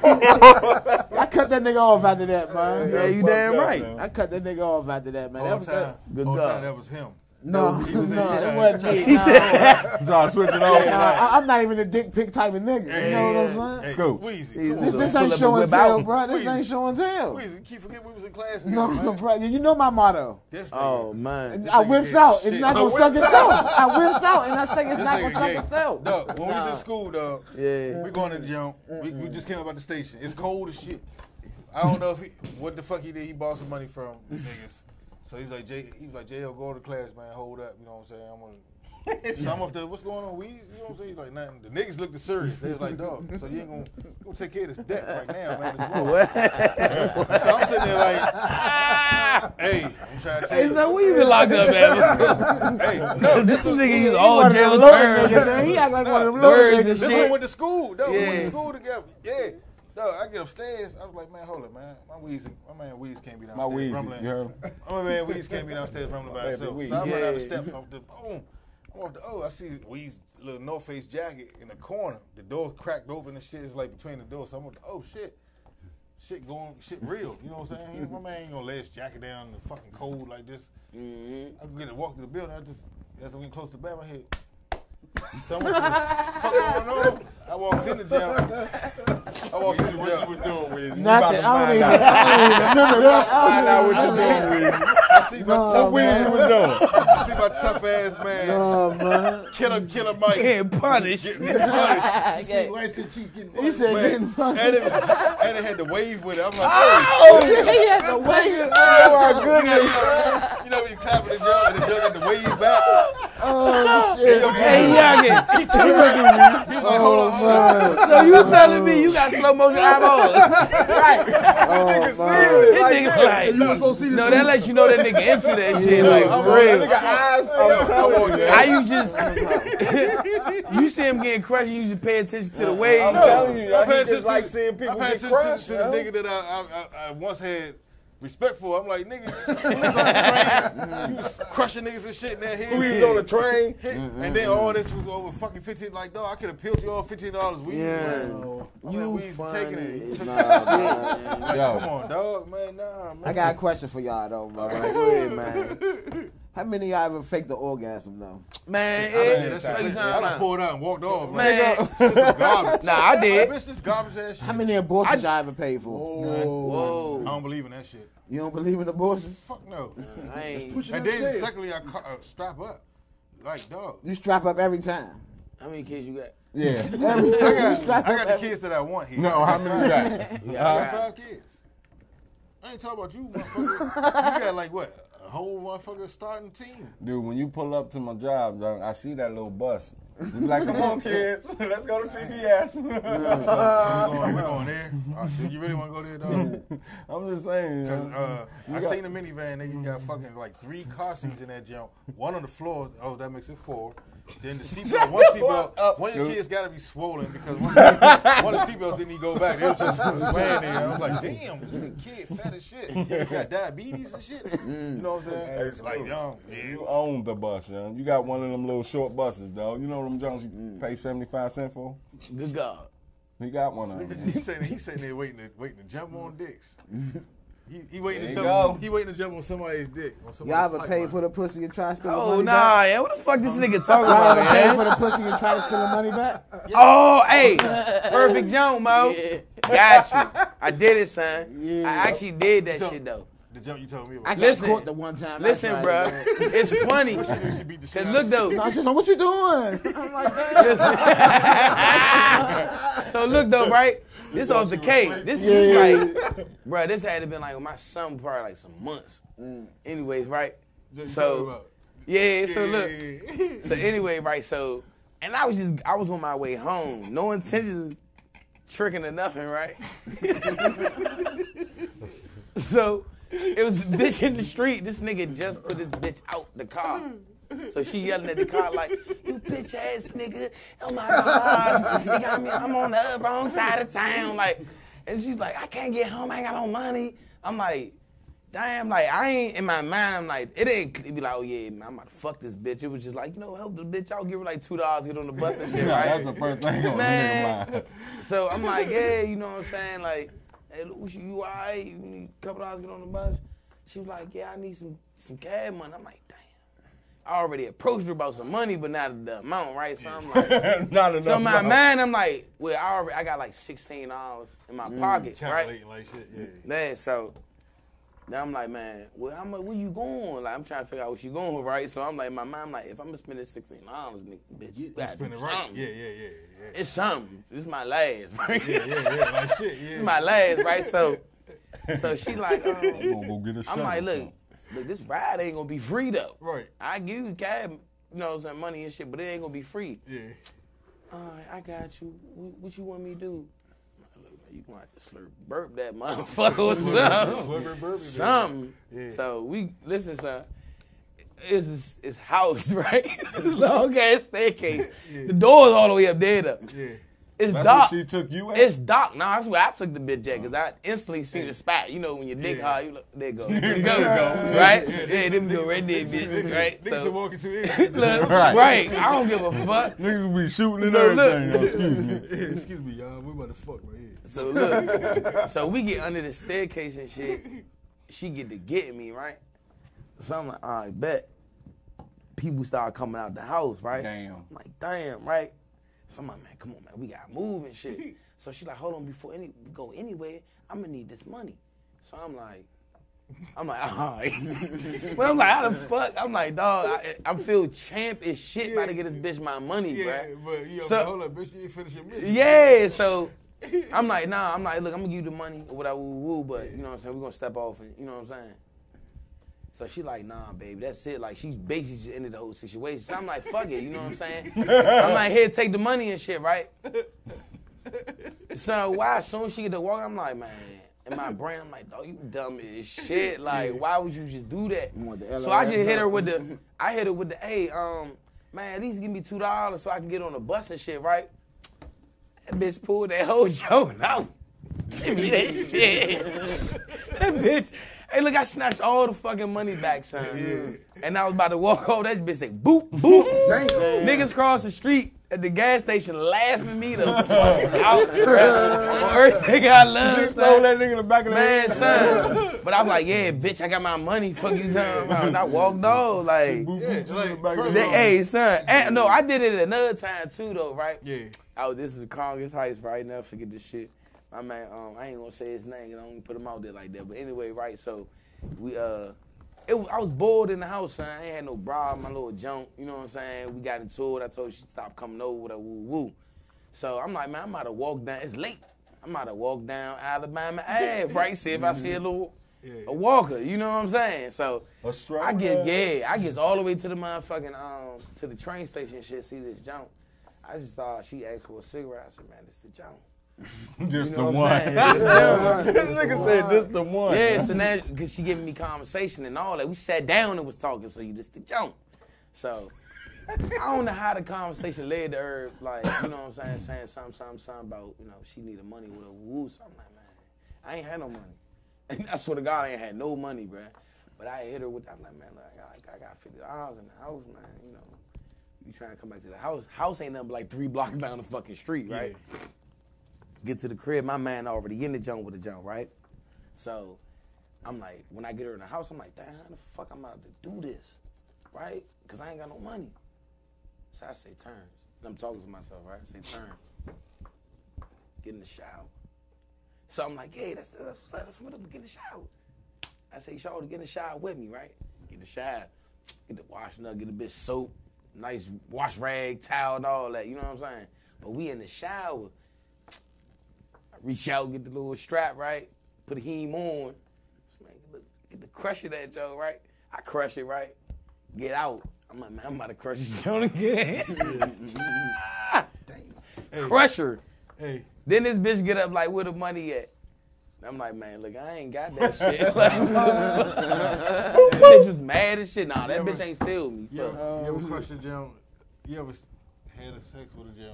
Speaker 6: fuck? I cut that nigga off after that, man.
Speaker 8: Yeah, you damn right.
Speaker 6: I cut that nigga off after that, man. That was
Speaker 5: time,
Speaker 6: that.
Speaker 8: Good
Speaker 5: whole
Speaker 8: God.
Speaker 5: time that was him.
Speaker 6: No, no,
Speaker 5: He was in
Speaker 6: it
Speaker 5: China.
Speaker 6: wasn't me. No,
Speaker 2: John, switch it over.
Speaker 6: no, I, I'm not even a dick pic type of nigga. You know what I'm saying?
Speaker 1: Hey,
Speaker 2: Scoop.
Speaker 1: Weezy, come
Speaker 6: This,
Speaker 1: on.
Speaker 6: this ain't
Speaker 8: Pull up
Speaker 6: show
Speaker 8: and
Speaker 6: and
Speaker 8: whip out.
Speaker 6: tell, bro. This ain't show and tell.
Speaker 1: Weezy, keep forgetting we was in class.
Speaker 6: No,
Speaker 1: together, man.
Speaker 6: bro, you know my motto.
Speaker 1: This
Speaker 8: Oh
Speaker 5: Um,
Speaker 1: nigga.
Speaker 8: man.
Speaker 6: I whips out. It's
Speaker 1: shit.
Speaker 6: not
Speaker 1: I
Speaker 6: gonna suck itself. I whips out, and I say it's
Speaker 1: This
Speaker 6: not
Speaker 1: nigga
Speaker 6: gonna suck
Speaker 1: gay.
Speaker 6: itself.
Speaker 1: Dog, when we was
Speaker 6: Nah.
Speaker 1: in school, dog,
Speaker 8: Yeah.
Speaker 1: we going to jump. We, we just came up at the station. It's cold as shit. I don't know if he, what the fuck he did. He borrowed some money from niggas. So he's like, Jay, he was like, JL, go to class, man. Hold up. You know what I'm saying? I'm gonna. So I'm up there. What's going on? We, you know what I'm saying? He's like, nothing. The niggas looked serious. They was like, dog. So you ain't gonna, you gonna take care of this debt right now, man. It's wrong. so I'm sitting there like, hey, I'm trying to tell
Speaker 8: Hey,
Speaker 1: you.
Speaker 8: so we been locked up, man.
Speaker 1: Hey, no,
Speaker 8: This
Speaker 1: this is
Speaker 8: nigga used
Speaker 6: He
Speaker 8: all
Speaker 6: one of
Speaker 8: jail
Speaker 6: them loaded niggas,
Speaker 8: terms.
Speaker 6: man. He act like one of them
Speaker 8: Nah,
Speaker 6: loaded
Speaker 8: birds
Speaker 6: niggas.
Speaker 8: and
Speaker 1: This
Speaker 8: shit.
Speaker 1: one went to school. No, we went
Speaker 8: Yeah.
Speaker 1: to school together. Yeah. No, I get upstairs. I was like, man, hold up, man. My Weezy, my man Weez can't be
Speaker 2: My
Speaker 1: downstairs
Speaker 2: Weezy,
Speaker 1: rumbling.
Speaker 2: you heard him?
Speaker 1: My man Weez can't be downstairs rumbling by
Speaker 2: baby
Speaker 1: himself.
Speaker 2: Weezy.
Speaker 1: So I run out the
Speaker 8: Yeah.
Speaker 1: steps off the boom. I'm off the oh, I see Weez little North Face jacket in the corner. The door cracked open and shit is like between the doors. So I'm like, oh shit. Shit going, shit real. You know what I'm saying? He- My man ain't gonna let his jacket down in the fucking cold like this. I could get to walk through the building. I just, as I'm getting close to the bathroom, I hit. Someone, what the fuck going on? I walked in the gym. I walked in the
Speaker 2: What you was
Speaker 1: gym.
Speaker 2: doing with
Speaker 6: Nothing. I don't even. I don't even remember that. I
Speaker 2: Find out
Speaker 6: don't
Speaker 2: what
Speaker 6: even
Speaker 2: you
Speaker 6: remember
Speaker 2: doing with
Speaker 1: I see my tough
Speaker 6: man.
Speaker 1: ass.
Speaker 2: doing.
Speaker 1: I see my tough ass man.
Speaker 6: Oh man.
Speaker 1: Killer, killer Mike.
Speaker 8: Getting punished.
Speaker 1: Getting punished.
Speaker 9: See, Rice Krispie Treats getting
Speaker 6: He said,
Speaker 1: Man,
Speaker 6: getting fucked.
Speaker 1: and, it, and it had to wave with it. I'm like, oh,
Speaker 6: Oh, he had to wait.
Speaker 1: my goodness. You know when you clapping the jug and the jug had to wave back?
Speaker 6: Oh
Speaker 1: Hey,
Speaker 6: shit.
Speaker 1: yo,
Speaker 8: Hey,
Speaker 1: Jay,
Speaker 8: Yagi.
Speaker 1: He was like, hold on, hold on.
Speaker 8: So you telling me you got slow motion eyeballs?
Speaker 6: Oh, man.
Speaker 8: This nigga like, no, that lets you know that nigga into that shit. Like, for real.
Speaker 2: eyes.
Speaker 1: Come
Speaker 2: I'm telling
Speaker 1: on,
Speaker 2: you.
Speaker 8: How
Speaker 1: man.
Speaker 8: you just, you see him getting crushed, you just pay attention to the
Speaker 2: I'm
Speaker 8: waves.
Speaker 2: telling you,
Speaker 1: I
Speaker 2: y'all,
Speaker 1: paid
Speaker 2: he
Speaker 1: attention
Speaker 2: just like
Speaker 1: to-
Speaker 2: seeing
Speaker 1: I
Speaker 2: people
Speaker 1: paid
Speaker 2: get
Speaker 1: attention
Speaker 2: crushed.
Speaker 1: to this nigga that I, I, I, I once had respect for. I'm like, nigga, you was on the train, you was crushing niggas and shit in that head.
Speaker 2: We was on the train.
Speaker 1: And then all this was over fucking fifteen. Like, dog, I could have peeled you all fifteen dollars. We,
Speaker 6: You
Speaker 1: you we taking it. You took-
Speaker 6: Nah, man.
Speaker 1: like,
Speaker 2: Yo.
Speaker 1: come on, dog, man, nah, man.
Speaker 6: I got a question for y'all though, man. How many of y'all ever faked the orgasm though?
Speaker 8: Man,
Speaker 1: I
Speaker 8: eh,
Speaker 1: done did that
Speaker 8: that's
Speaker 1: shit.
Speaker 8: what you
Speaker 1: I
Speaker 8: talking
Speaker 1: done
Speaker 8: about.
Speaker 1: pulled out and walked off. Man,
Speaker 8: Man,
Speaker 1: this is garbage.
Speaker 8: nah, I
Speaker 1: Like,
Speaker 8: did.
Speaker 1: bitch, this garbage ass shit.
Speaker 6: How many abortions y'all ever paid for?
Speaker 1: I
Speaker 8: Whoa.
Speaker 1: don't believe in that shit.
Speaker 6: You don't believe in abortion?
Speaker 1: Fuck no.
Speaker 8: I ain't,
Speaker 9: pushing
Speaker 1: and
Speaker 9: them
Speaker 1: then
Speaker 9: chairs.
Speaker 1: secondly, I ca- uh, strap up. Like, dog.
Speaker 6: You strap up every time.
Speaker 8: how many kids you got?
Speaker 2: Yeah.
Speaker 6: Every
Speaker 1: I
Speaker 6: time you
Speaker 1: got,
Speaker 6: strap
Speaker 1: I
Speaker 6: up
Speaker 1: got the
Speaker 6: every
Speaker 1: kids that I want here.
Speaker 2: No, how many you got?
Speaker 1: I
Speaker 8: Yeah.
Speaker 1: got five kids. I ain't talking about you, motherfucker. you got like what? A whole motherfucker starting team.
Speaker 2: Dude, when you pull up to my job, dog, I see that little bus. You be like, come on, kids, let's go to CVS.
Speaker 1: We're going, we're going there. Uh, dude, you really want to go there, dog?
Speaker 2: I'm just saying. Mm-hmm. you
Speaker 1: 'Cause,
Speaker 2: know.
Speaker 1: uh, I seen a minivan. Nigga, you got fucking like three car seats in that jump. One on the floor. Oh, that makes it four. Then the seatbelt, one seatbelt, one of your kids got to be swollen because one of, the, one of the seatbelts didn't even go back. They was just laying there. I was like, damn, this little kid fat as shit. You got diabetes and shit. You know what I'm saying? It's like, young, yeah.
Speaker 2: You own the bus, young. You got one of them little short buses, dog. You know them Jones you pay seventy five cent for.
Speaker 5: Good God.
Speaker 2: He got one of them.
Speaker 1: He sitting, he's sitting there waiting to waiting to jump on dicks. He, he waiting
Speaker 2: There
Speaker 1: to
Speaker 2: you
Speaker 1: jump.
Speaker 2: go.
Speaker 1: He waiting to jump on somebody's dick. On
Speaker 6: Y'all
Speaker 1: somebody's
Speaker 6: ever paid
Speaker 1: pipeline.
Speaker 6: for the pussy and try to steal the
Speaker 5: Oh
Speaker 6: money
Speaker 5: nah,
Speaker 6: back?
Speaker 5: yeah. What the fuck this nigga talking
Speaker 6: Y'all
Speaker 5: about,
Speaker 6: ever paid
Speaker 5: man?
Speaker 6: for the pussy and try to steal the money back?
Speaker 5: Oh, hey, perfect Joan, Mo. Got you. I did it, son. I actually did that
Speaker 1: So-
Speaker 5: shit though.
Speaker 1: the jump you told me
Speaker 6: I
Speaker 1: about.
Speaker 6: got
Speaker 5: Listen.
Speaker 6: caught the one time. that's
Speaker 5: Listen, bruh.
Speaker 6: right,
Speaker 5: It's funny.
Speaker 1: She- she beat the shit
Speaker 5: Cause
Speaker 1: out
Speaker 5: look
Speaker 1: of-
Speaker 5: though,
Speaker 6: No, she's like, what you doing? I'm like, damn.
Speaker 5: Listen. so look though, right? This off the cake. This is like, bruh, This had to been like my son probably like some months. Mm. Anyways, right?
Speaker 1: Just
Speaker 5: so-
Speaker 1: talk about-
Speaker 5: Yeah. So
Speaker 1: Yeah,
Speaker 5: look.
Speaker 1: yeah, yeah.
Speaker 5: So anyway, right? So, and I was just I was on my way home. No intention of tricking or nothing, right? so it was a bitch in the street. This nigga just put this bitch out the car. So she yelling at the car like, "You bitch ass nigga! Oh my gosh, you got me! I'm on the wrong side of town!" Like, and she's like, "I can't get home. I ain't got no money." I'm like, "Damn!" Like, I ain't in my mind. I'm like, it ain't it be like, "Oh yeah, man, I'm about to fuck this bitch." It was just like, you know, help the bitch out, give her like two dollars, get on the bus and shit,
Speaker 2: Nah, that's the
Speaker 5: right?
Speaker 2: first thing on the
Speaker 5: Man.
Speaker 2: nigga mind.
Speaker 5: So I'm like, yeah, you know what I'm saying? Like, hey, Lucia, you all right? You need a couple dollars to get on the bus? She was like, yeah, I need some some cab money. I'm like, damn. I already approached her about some money, but not the amount, right? So I'm like,
Speaker 2: Not enough.
Speaker 5: so in my
Speaker 2: love.
Speaker 5: mind, I'm like, well, I already, I got like sixteen dollars in my pocket, right?
Speaker 1: Calculating Mm, like shit. Yeah.
Speaker 5: Man, so then I'm like, man, well, how much? Where you going? Like, I'm trying to figure out what you going, right? So I'm like, in my mind, I'm like, if I'm gonna spend this sixteen dollars, nigga, bitch, you gotta
Speaker 1: Spend
Speaker 5: do
Speaker 1: it right.
Speaker 5: something.
Speaker 1: Yeah, yeah, yeah, yeah.
Speaker 5: It's something. This is my last, right?
Speaker 1: Yeah, yeah, yeah, like shit, yeah.
Speaker 5: This is my last, right? So, so she like,
Speaker 2: I'm
Speaker 5: um,
Speaker 2: gonna go get a
Speaker 5: I'm
Speaker 2: shot
Speaker 5: like,
Speaker 2: or
Speaker 5: look,
Speaker 2: something.
Speaker 5: look, this ride ain't gonna be free though.
Speaker 1: Right.
Speaker 5: I give you cab, you know, some money and shit, but it ain't gonna be free.
Speaker 1: Yeah.
Speaker 5: All right, I got you. What, what you want me to do? I'm like, look, man, You gonna have to slurp, burp that motherfucker or something.
Speaker 1: Slurping bourbon.
Speaker 5: Something.
Speaker 1: Yeah.
Speaker 5: So we listen, son. It's his, his house, right? this long ass staircase. The door's all the way up there. Though.
Speaker 1: Yeah.
Speaker 5: It's
Speaker 2: That's
Speaker 5: dark.
Speaker 2: what she took you at.
Speaker 5: It's dark. Nah, that's where I took the bitch at because I instantly see the spot. You know when your dick
Speaker 1: Yeah.
Speaker 5: hard, you look, there go, there go, right? Yeah, there we go, right there, bitch, right?
Speaker 1: Niggas are
Speaker 5: So,
Speaker 1: walking to it.
Speaker 5: look,
Speaker 2: Right.
Speaker 5: right? I don't give a fuck.
Speaker 2: Niggas be shooting and
Speaker 5: So look-
Speaker 2: everything. yo, excuse me.
Speaker 1: Excuse me, y'all. We about to fuck right here.
Speaker 5: So look, so we get under the staircase and shit. She get to get me, right? So I'm like, I bet. People start coming out the house, right?
Speaker 2: Damn.
Speaker 5: I'm like, damn, right? So I'm like, man, come on, man, we gotta move and shit. so she like, hold on, before any we go anywhere, I'm gonna need this money. So I'm like, I'm like, all right. but I'm like, how the fuck? I'm like, dog, I, I feel champ as shit about to get this bitch my money,
Speaker 1: Yeah,
Speaker 5: bruh.
Speaker 1: but you know,
Speaker 5: So-
Speaker 1: hold up, bitch. You ain't finished your mission.
Speaker 5: Yeah, so I'm like, nah, I'm like, look, I'm gonna give you the money or whatever, woo, woo, but you know what I'm saying? We're gonna step off and you know what I'm saying? So she like, nah, baby, that's it. Like she basically just ended the whole situation. So I'm like, fuck it, you know what I'm saying? I'm like, here, take the money and shit, right? So why as soon as she get to walk, I'm like, man, in my brain, I'm like, dog, you dumb as shit. Like, why would you just do that?
Speaker 6: want the
Speaker 5: So I just
Speaker 6: LOL
Speaker 5: hit her
Speaker 6: up.
Speaker 5: with the, I hit her with the, hey, um, man, at least give me two dollars so I can get on the bus and shit, right? That bitch pulled that whole joint out. Give me that shit. that bitch. Hey, look, I snatched all the fucking money back, son. And I was about to walk over. That bitch say, boop, boop. Niggas cross the street at the gas station laughing me the fuck out. For everything I love,
Speaker 2: Throw
Speaker 5: son.
Speaker 2: that nigga in the back of the head.
Speaker 5: Man, son. But I'm like, yeah, bitch, I got my money. Fuck you, son. And I walked off. Like,
Speaker 1: Yeah, like, first
Speaker 5: they,
Speaker 1: off-
Speaker 5: hey, son. And, no, I did it another time, too, though, right?
Speaker 1: Yeah.
Speaker 5: Oh, this is Congress Heights, right? Never forget this shit. My man, um, I ain't gonna say his name, 'cause I don't put him out there like that. But anyway, right? So, we uh, it was, I was bored in the house, son. I ain't had no bra, my little junk. You know what I'm saying? We got into it. I told her she stopped coming over. Whatever, woo woo. So I'm like, man, I'm about to walk down. It's late. I'm about to walk down Alabama Ave, right? See if I see a little a walker. You know what I'm saying? So
Speaker 2: A stroller.
Speaker 5: I get yeah, I get all the way to the motherfucking um to the train station and shit. See this junk. I just thought she asked for a cigarette. I said, man, this the junk.
Speaker 2: Just the
Speaker 5: You know what I'm
Speaker 2: one.
Speaker 5: saying? This the junk.
Speaker 2: This nigga said just the one.
Speaker 5: Yeah, so now because she giving me conversation and all that, we sat down and was talking. So you just the junk. So
Speaker 8: I don't know how the conversation led to her, like, you know what I'm saying, saying something, something, something about, you know, she needed money with a woo. So I'm like, man, I ain't had no money. I swear to God, I ain't had no money, bruh. But I hit her with, I'm like, man, look, I got, I got fifty dollars in the house, man. You know, you trying to come back to the house? House ain't nothing but like three blocks down the fucking street, right? Get to the crib, my man already in the jump with the jump, right? So I'm like, when I get her in the house, I'm like, damn, how the fuck I'm about to do this, right? Because I ain't got no money. So I say turns. And I'm talking to myself, right? I say turns. Get in the shower. So I'm like, hey, that's, that's what's up. That's what I'm get in the shower. I say, y'all get in the shower with me, right? Get in the shower. Get the washing up, get a bit soap, nice wash rag, towel, and all that. You know what I'm saying? But we in the shower. I reach out, get the little strap, right? Put a heme on. So, man, get the, get the crush of that joke, right? I crush it, right? Get out. I'm like, man, I'm about to crush this joint again. Crusher.
Speaker 1: Hey,
Speaker 8: Then this bitch get up like, where the money at? And I'm like, man, look, I ain't got that shit. Like, that bitch was mad as shit. Nah, that bitch ain't steal me.
Speaker 1: you ever,
Speaker 8: fuck.
Speaker 1: you ever crushed a gym? You ever s- had a sex with a gym,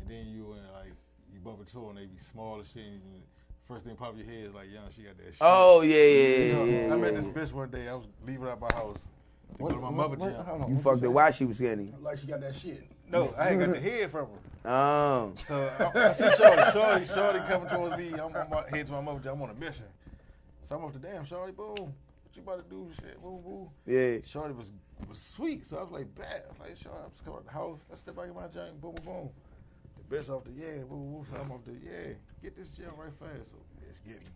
Speaker 1: and then you and like you bump into her and they be small as shit. And you, first thing pop your head is like, young, she got that shit.
Speaker 8: Oh yeah,
Speaker 1: You
Speaker 8: yeah, yeah.
Speaker 1: know,
Speaker 8: yeah,
Speaker 1: I met
Speaker 8: yeah.
Speaker 1: this bitch one day. I was leaving out my house to go to my mother gym.
Speaker 8: You fucked it while she was skinny.
Speaker 5: Like she got that shit.
Speaker 1: No, I ain't got the head from her.
Speaker 8: Oh,
Speaker 1: So I, I see Shorty, Shorty, Shorty coming towards me. I'm on my head to my mother. gym. I'm on a mission. So I'm off the damn Shorty. Boom. What you about to do? Shit. Boom, boom.
Speaker 8: yeah.
Speaker 1: Shorty was was sweet, so I was like, bad. I was like, Shorty, I'm just coming out the house. Let's step out of my junk. Boom, boom, boom. The bitch off the yeah, boom, boom. So I'm off the yeah. Get this gym right fast. So bitch, get me.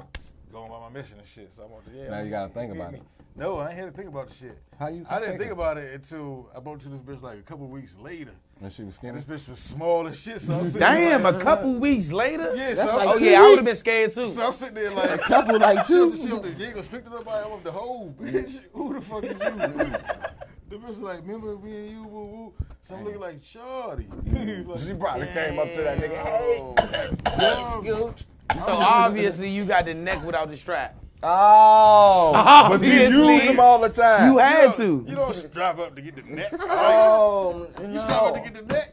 Speaker 1: I'm Going by my mission and shit. So I'm off the yeah.
Speaker 2: Now you gotta think
Speaker 1: Get
Speaker 2: about
Speaker 1: me.
Speaker 2: it.
Speaker 1: No, I ain't had to think about the shit.
Speaker 2: How you
Speaker 1: I didn't
Speaker 2: thinking?
Speaker 1: think about it until I bumped to this bitch like a couple weeks later.
Speaker 2: And she
Speaker 1: And
Speaker 2: was skinny.
Speaker 1: this bitch was small as shit. So I'm sitting
Speaker 8: Damn,
Speaker 1: like,
Speaker 8: a couple weeks later.
Speaker 1: Yeah, so I'm
Speaker 8: oh
Speaker 1: sitting-
Speaker 8: yeah, I would have been scared too.
Speaker 1: So I'm sitting there like
Speaker 6: Couple like
Speaker 1: She
Speaker 6: two.
Speaker 1: up the- she up the giggle, speak to nobody. I'm up the whole bitch. Who the fuck is you? the bitch was like, remember me and you, woo woo. So I'm looking like, Shorty. like,
Speaker 2: She probably came up to that nigga. Hey.
Speaker 8: So obviously you got the neck without the strap.
Speaker 2: Oh, but you
Speaker 8: Obviously.
Speaker 2: use them all the time.
Speaker 8: You
Speaker 1: you
Speaker 8: had
Speaker 1: don't-
Speaker 8: to.
Speaker 1: You don't drive up to get the neck.
Speaker 2: Oh,
Speaker 1: You stop up to get the neck.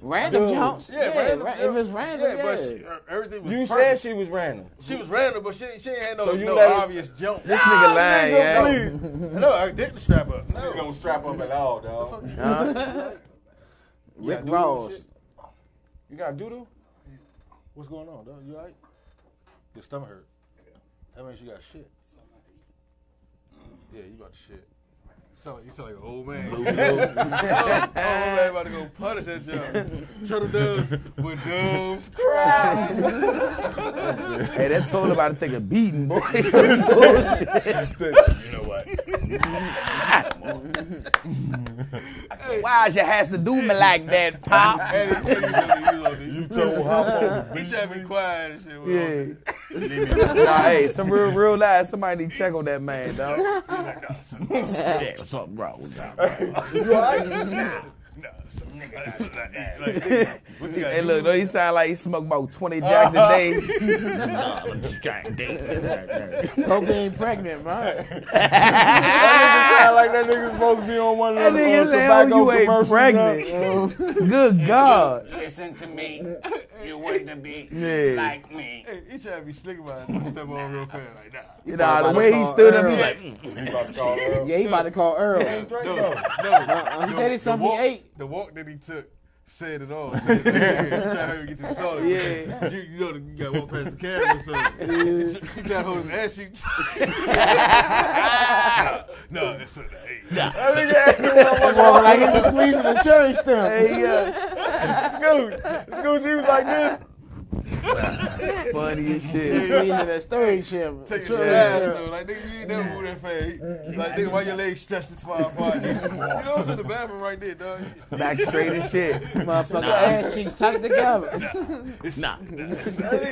Speaker 6: Random jumps.
Speaker 1: Yeah,
Speaker 6: Yeah,
Speaker 1: random.
Speaker 6: ra-
Speaker 1: yeah.
Speaker 6: if it's random, yeah.
Speaker 1: but she, her- everything was
Speaker 2: You said
Speaker 1: perfect.
Speaker 2: she was random.
Speaker 1: she was random, but she, ain't- she ain't had no,
Speaker 2: So you
Speaker 1: no
Speaker 2: let her-
Speaker 1: obvious jump.
Speaker 8: This nigga lying, yeah.
Speaker 1: no, I didn't strap up. No.
Speaker 2: You don't strap up at all, dog.
Speaker 1: Yeah,
Speaker 6: Rick
Speaker 1: dude,
Speaker 6: Ross.
Speaker 1: shit.
Speaker 2: You got doodle?
Speaker 1: What's going on, dog? You all right? Your stomach hurt. That means you got shit. Yeah, you about to shit. You sound like, you sound like an old man. old, man about to go punish that job. Turtle doves with doves cry.
Speaker 8: Hey, that told about to take a beating, boy.
Speaker 1: You know what?
Speaker 8: Why you has to do me like that, pop?
Speaker 1: Eddie, Eddie, Eddie, you know
Speaker 2: told her.
Speaker 1: this. He should be quiet and shit. with all
Speaker 8: Yeah.
Speaker 1: this.
Speaker 8: nah, hey, some real, real lies. Somebody need to check on that man, dog. yeah, something wrong with that.
Speaker 1: Nah, some nigga. Like, like, nigga, what you got?
Speaker 8: Hey,
Speaker 1: You-
Speaker 8: look, though, he sound like he smoked about 20 jacks a day.
Speaker 6: Hope they ain't pregnant, man.
Speaker 2: like that nigga's supposed to be on one
Speaker 8: That
Speaker 2: of them
Speaker 8: nigga
Speaker 2: uh,
Speaker 8: say, oh,
Speaker 2: tobacco
Speaker 8: you ain't
Speaker 2: commercials, dog.
Speaker 6: Um,
Speaker 8: pregnant. Good God.
Speaker 10: Listen to me. You want to be
Speaker 8: Yeah.
Speaker 10: like me.
Speaker 1: Hey, he trying to be slick about it. Step on real fast. Like, nah.
Speaker 8: You know, the way he stood up, he like,
Speaker 2: You about to call her?
Speaker 6: Yeah, he about to call Earl.
Speaker 2: Straight
Speaker 1: No,
Speaker 2: up.
Speaker 1: no.
Speaker 6: He said it's something
Speaker 1: walk,
Speaker 6: he ate.
Speaker 1: The walk that he took said it all. Said it all. Yeah, he tried to get to the toilet.
Speaker 8: Yeah.
Speaker 1: You, you know, you got to walk past the camera, so he tried to hold his ass cheek. no, no, it's not. Hey,
Speaker 2: That nigga asked her what
Speaker 6: Walking like he was squeezing a cherry stem.
Speaker 8: hey, uh,
Speaker 2: Scoot. Scoot, she was like this.
Speaker 8: funny as shit.
Speaker 6: Squeezing that stirring chamber.
Speaker 1: Take your
Speaker 6: Cherry
Speaker 1: ass,
Speaker 6: stem.
Speaker 1: though. Like, nigga, you ain't never move that fast. He- Like, nigga, why your legs stretched this far apart? You know, it's in the bathroom right there, dog.
Speaker 8: Back straight as shit.
Speaker 6: Motherfucking ass cheeks tight together.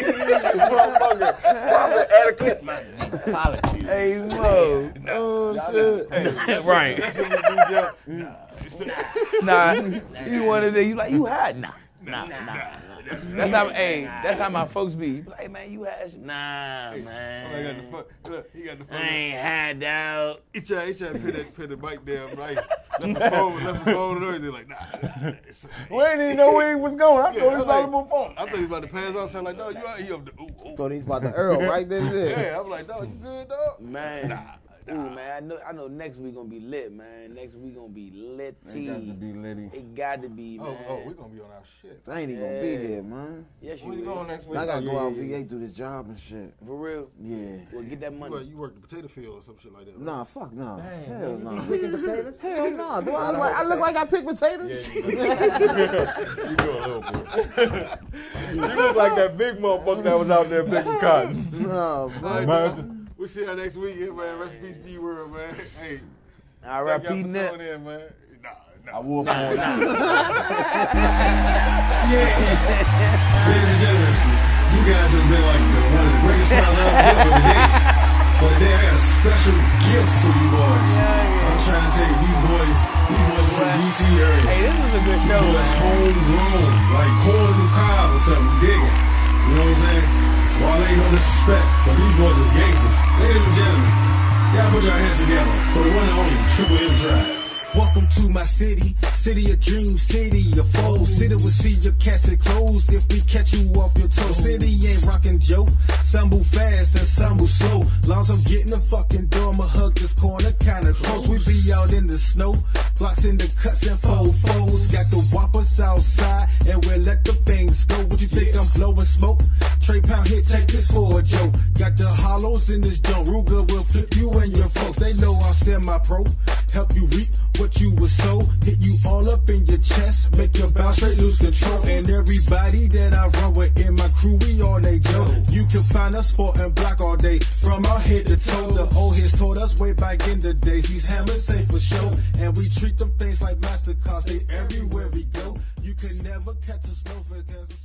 Speaker 2: Motherfucker. Proper etiquette.
Speaker 8: Hey, Mo.
Speaker 6: Oh, shit.
Speaker 8: right.
Speaker 1: That's what we do, Joe.
Speaker 8: Nah, you one of them. You like you hot? Nah, nah, nah. That's how. Hey, that's how my folks be. You be Like, man, you hot? Nah,
Speaker 1: Oh, He got
Speaker 8: man.
Speaker 1: the fuck. Look, he got the
Speaker 8: I
Speaker 1: fuck.
Speaker 8: ain't hot, dog.
Speaker 1: He tried, he tried to put that, put the bike down, right? left his phone, left his phone and everything. Like, nah. it's-
Speaker 2: We didn't even know where he was going. I thought he was
Speaker 1: like-
Speaker 2: on the phone.
Speaker 1: I thought he was about to pass out. Sound like, dog, you out here up the ooh, ooh.
Speaker 6: So he's about to Earl right there. and there.
Speaker 1: Yeah, I'm like, dog, you good, dog?
Speaker 8: Man. Ooh, man, I know, I know next week gonna be lit, man. Next week gonna be lit.
Speaker 2: It got to be Liddy.
Speaker 8: It got to be, man.
Speaker 1: Oh, oh, we gonna be on our shit.
Speaker 6: I ain't even gonna be
Speaker 8: Yeah.
Speaker 6: here, man.
Speaker 8: yes, you
Speaker 2: Where you
Speaker 8: is.
Speaker 2: going next week?
Speaker 6: I gotta
Speaker 1: yeah,
Speaker 6: go out
Speaker 1: yeah,
Speaker 6: VA
Speaker 1: yeah.
Speaker 6: do this job and shit.
Speaker 8: For real?
Speaker 6: Yeah.
Speaker 8: Well, get that money.
Speaker 1: Well, you work the potato field or some shit like that. Right?
Speaker 6: Nah, fuck nah. Hell
Speaker 5: You
Speaker 6: nah.
Speaker 5: picking potatoes?
Speaker 6: Hell nah. Do I look like I look like I pick potatoes?
Speaker 1: you do a little bit.
Speaker 2: You look like that big motherfucker that was out there picking cotton.
Speaker 6: Nah,
Speaker 1: All
Speaker 6: bro.
Speaker 1: right,
Speaker 2: Man.
Speaker 1: man. We see y'all next week, man. Rest in peace, G World, man. Hey, thank y'all
Speaker 8: R.I.P.
Speaker 1: for
Speaker 8: Nip.
Speaker 1: tuning in, man. Nah, nah.
Speaker 2: I will nah,
Speaker 11: Ladies and gentlemen, you guys have been like the, one of the greatest smiles I've ever today. But then I got a special gift for you boys. I'm trying to tell you, these boys, these boys from the DC area.
Speaker 8: Hey, this was a good
Speaker 11: These
Speaker 8: show.
Speaker 11: boys homegrown, like corn on the cob or something, dig it. You know what I'm saying? Well, ain't no disrespect, but these boys is gangsters. Ladies and gentlemen, y'all put your hands together for the one and only Triple M Tribe. Welcome to my city, city of dreams, city of foes. City will see your casket closed if we catch you off your toe. City ain't rockin' joke. Some move fast and some move slow. Long as I'm getting the fucking door, I'ma hug this corner kinda close. We be out in the snow, blocks in the cuts and fold foes. Got the whoppers outside and we'll let the things go. What you think I'm blowing smoke? Trey Pound here, take this for a joke. Got the hollows in this joint. Ruger will flip you and your folks. They know I'm semi-pro. Help you reap what you was sow. Hit you all up in your chest. Make your bow straight lose control. And everybody that I run with in my crew, we all they Joe. You can find us sporting block all day. From our head to toe. The old heads told us way back in the days. These hammers safe for show. And we treat them things like MasterCards. They everywhere we go. You can never catch us slow because it's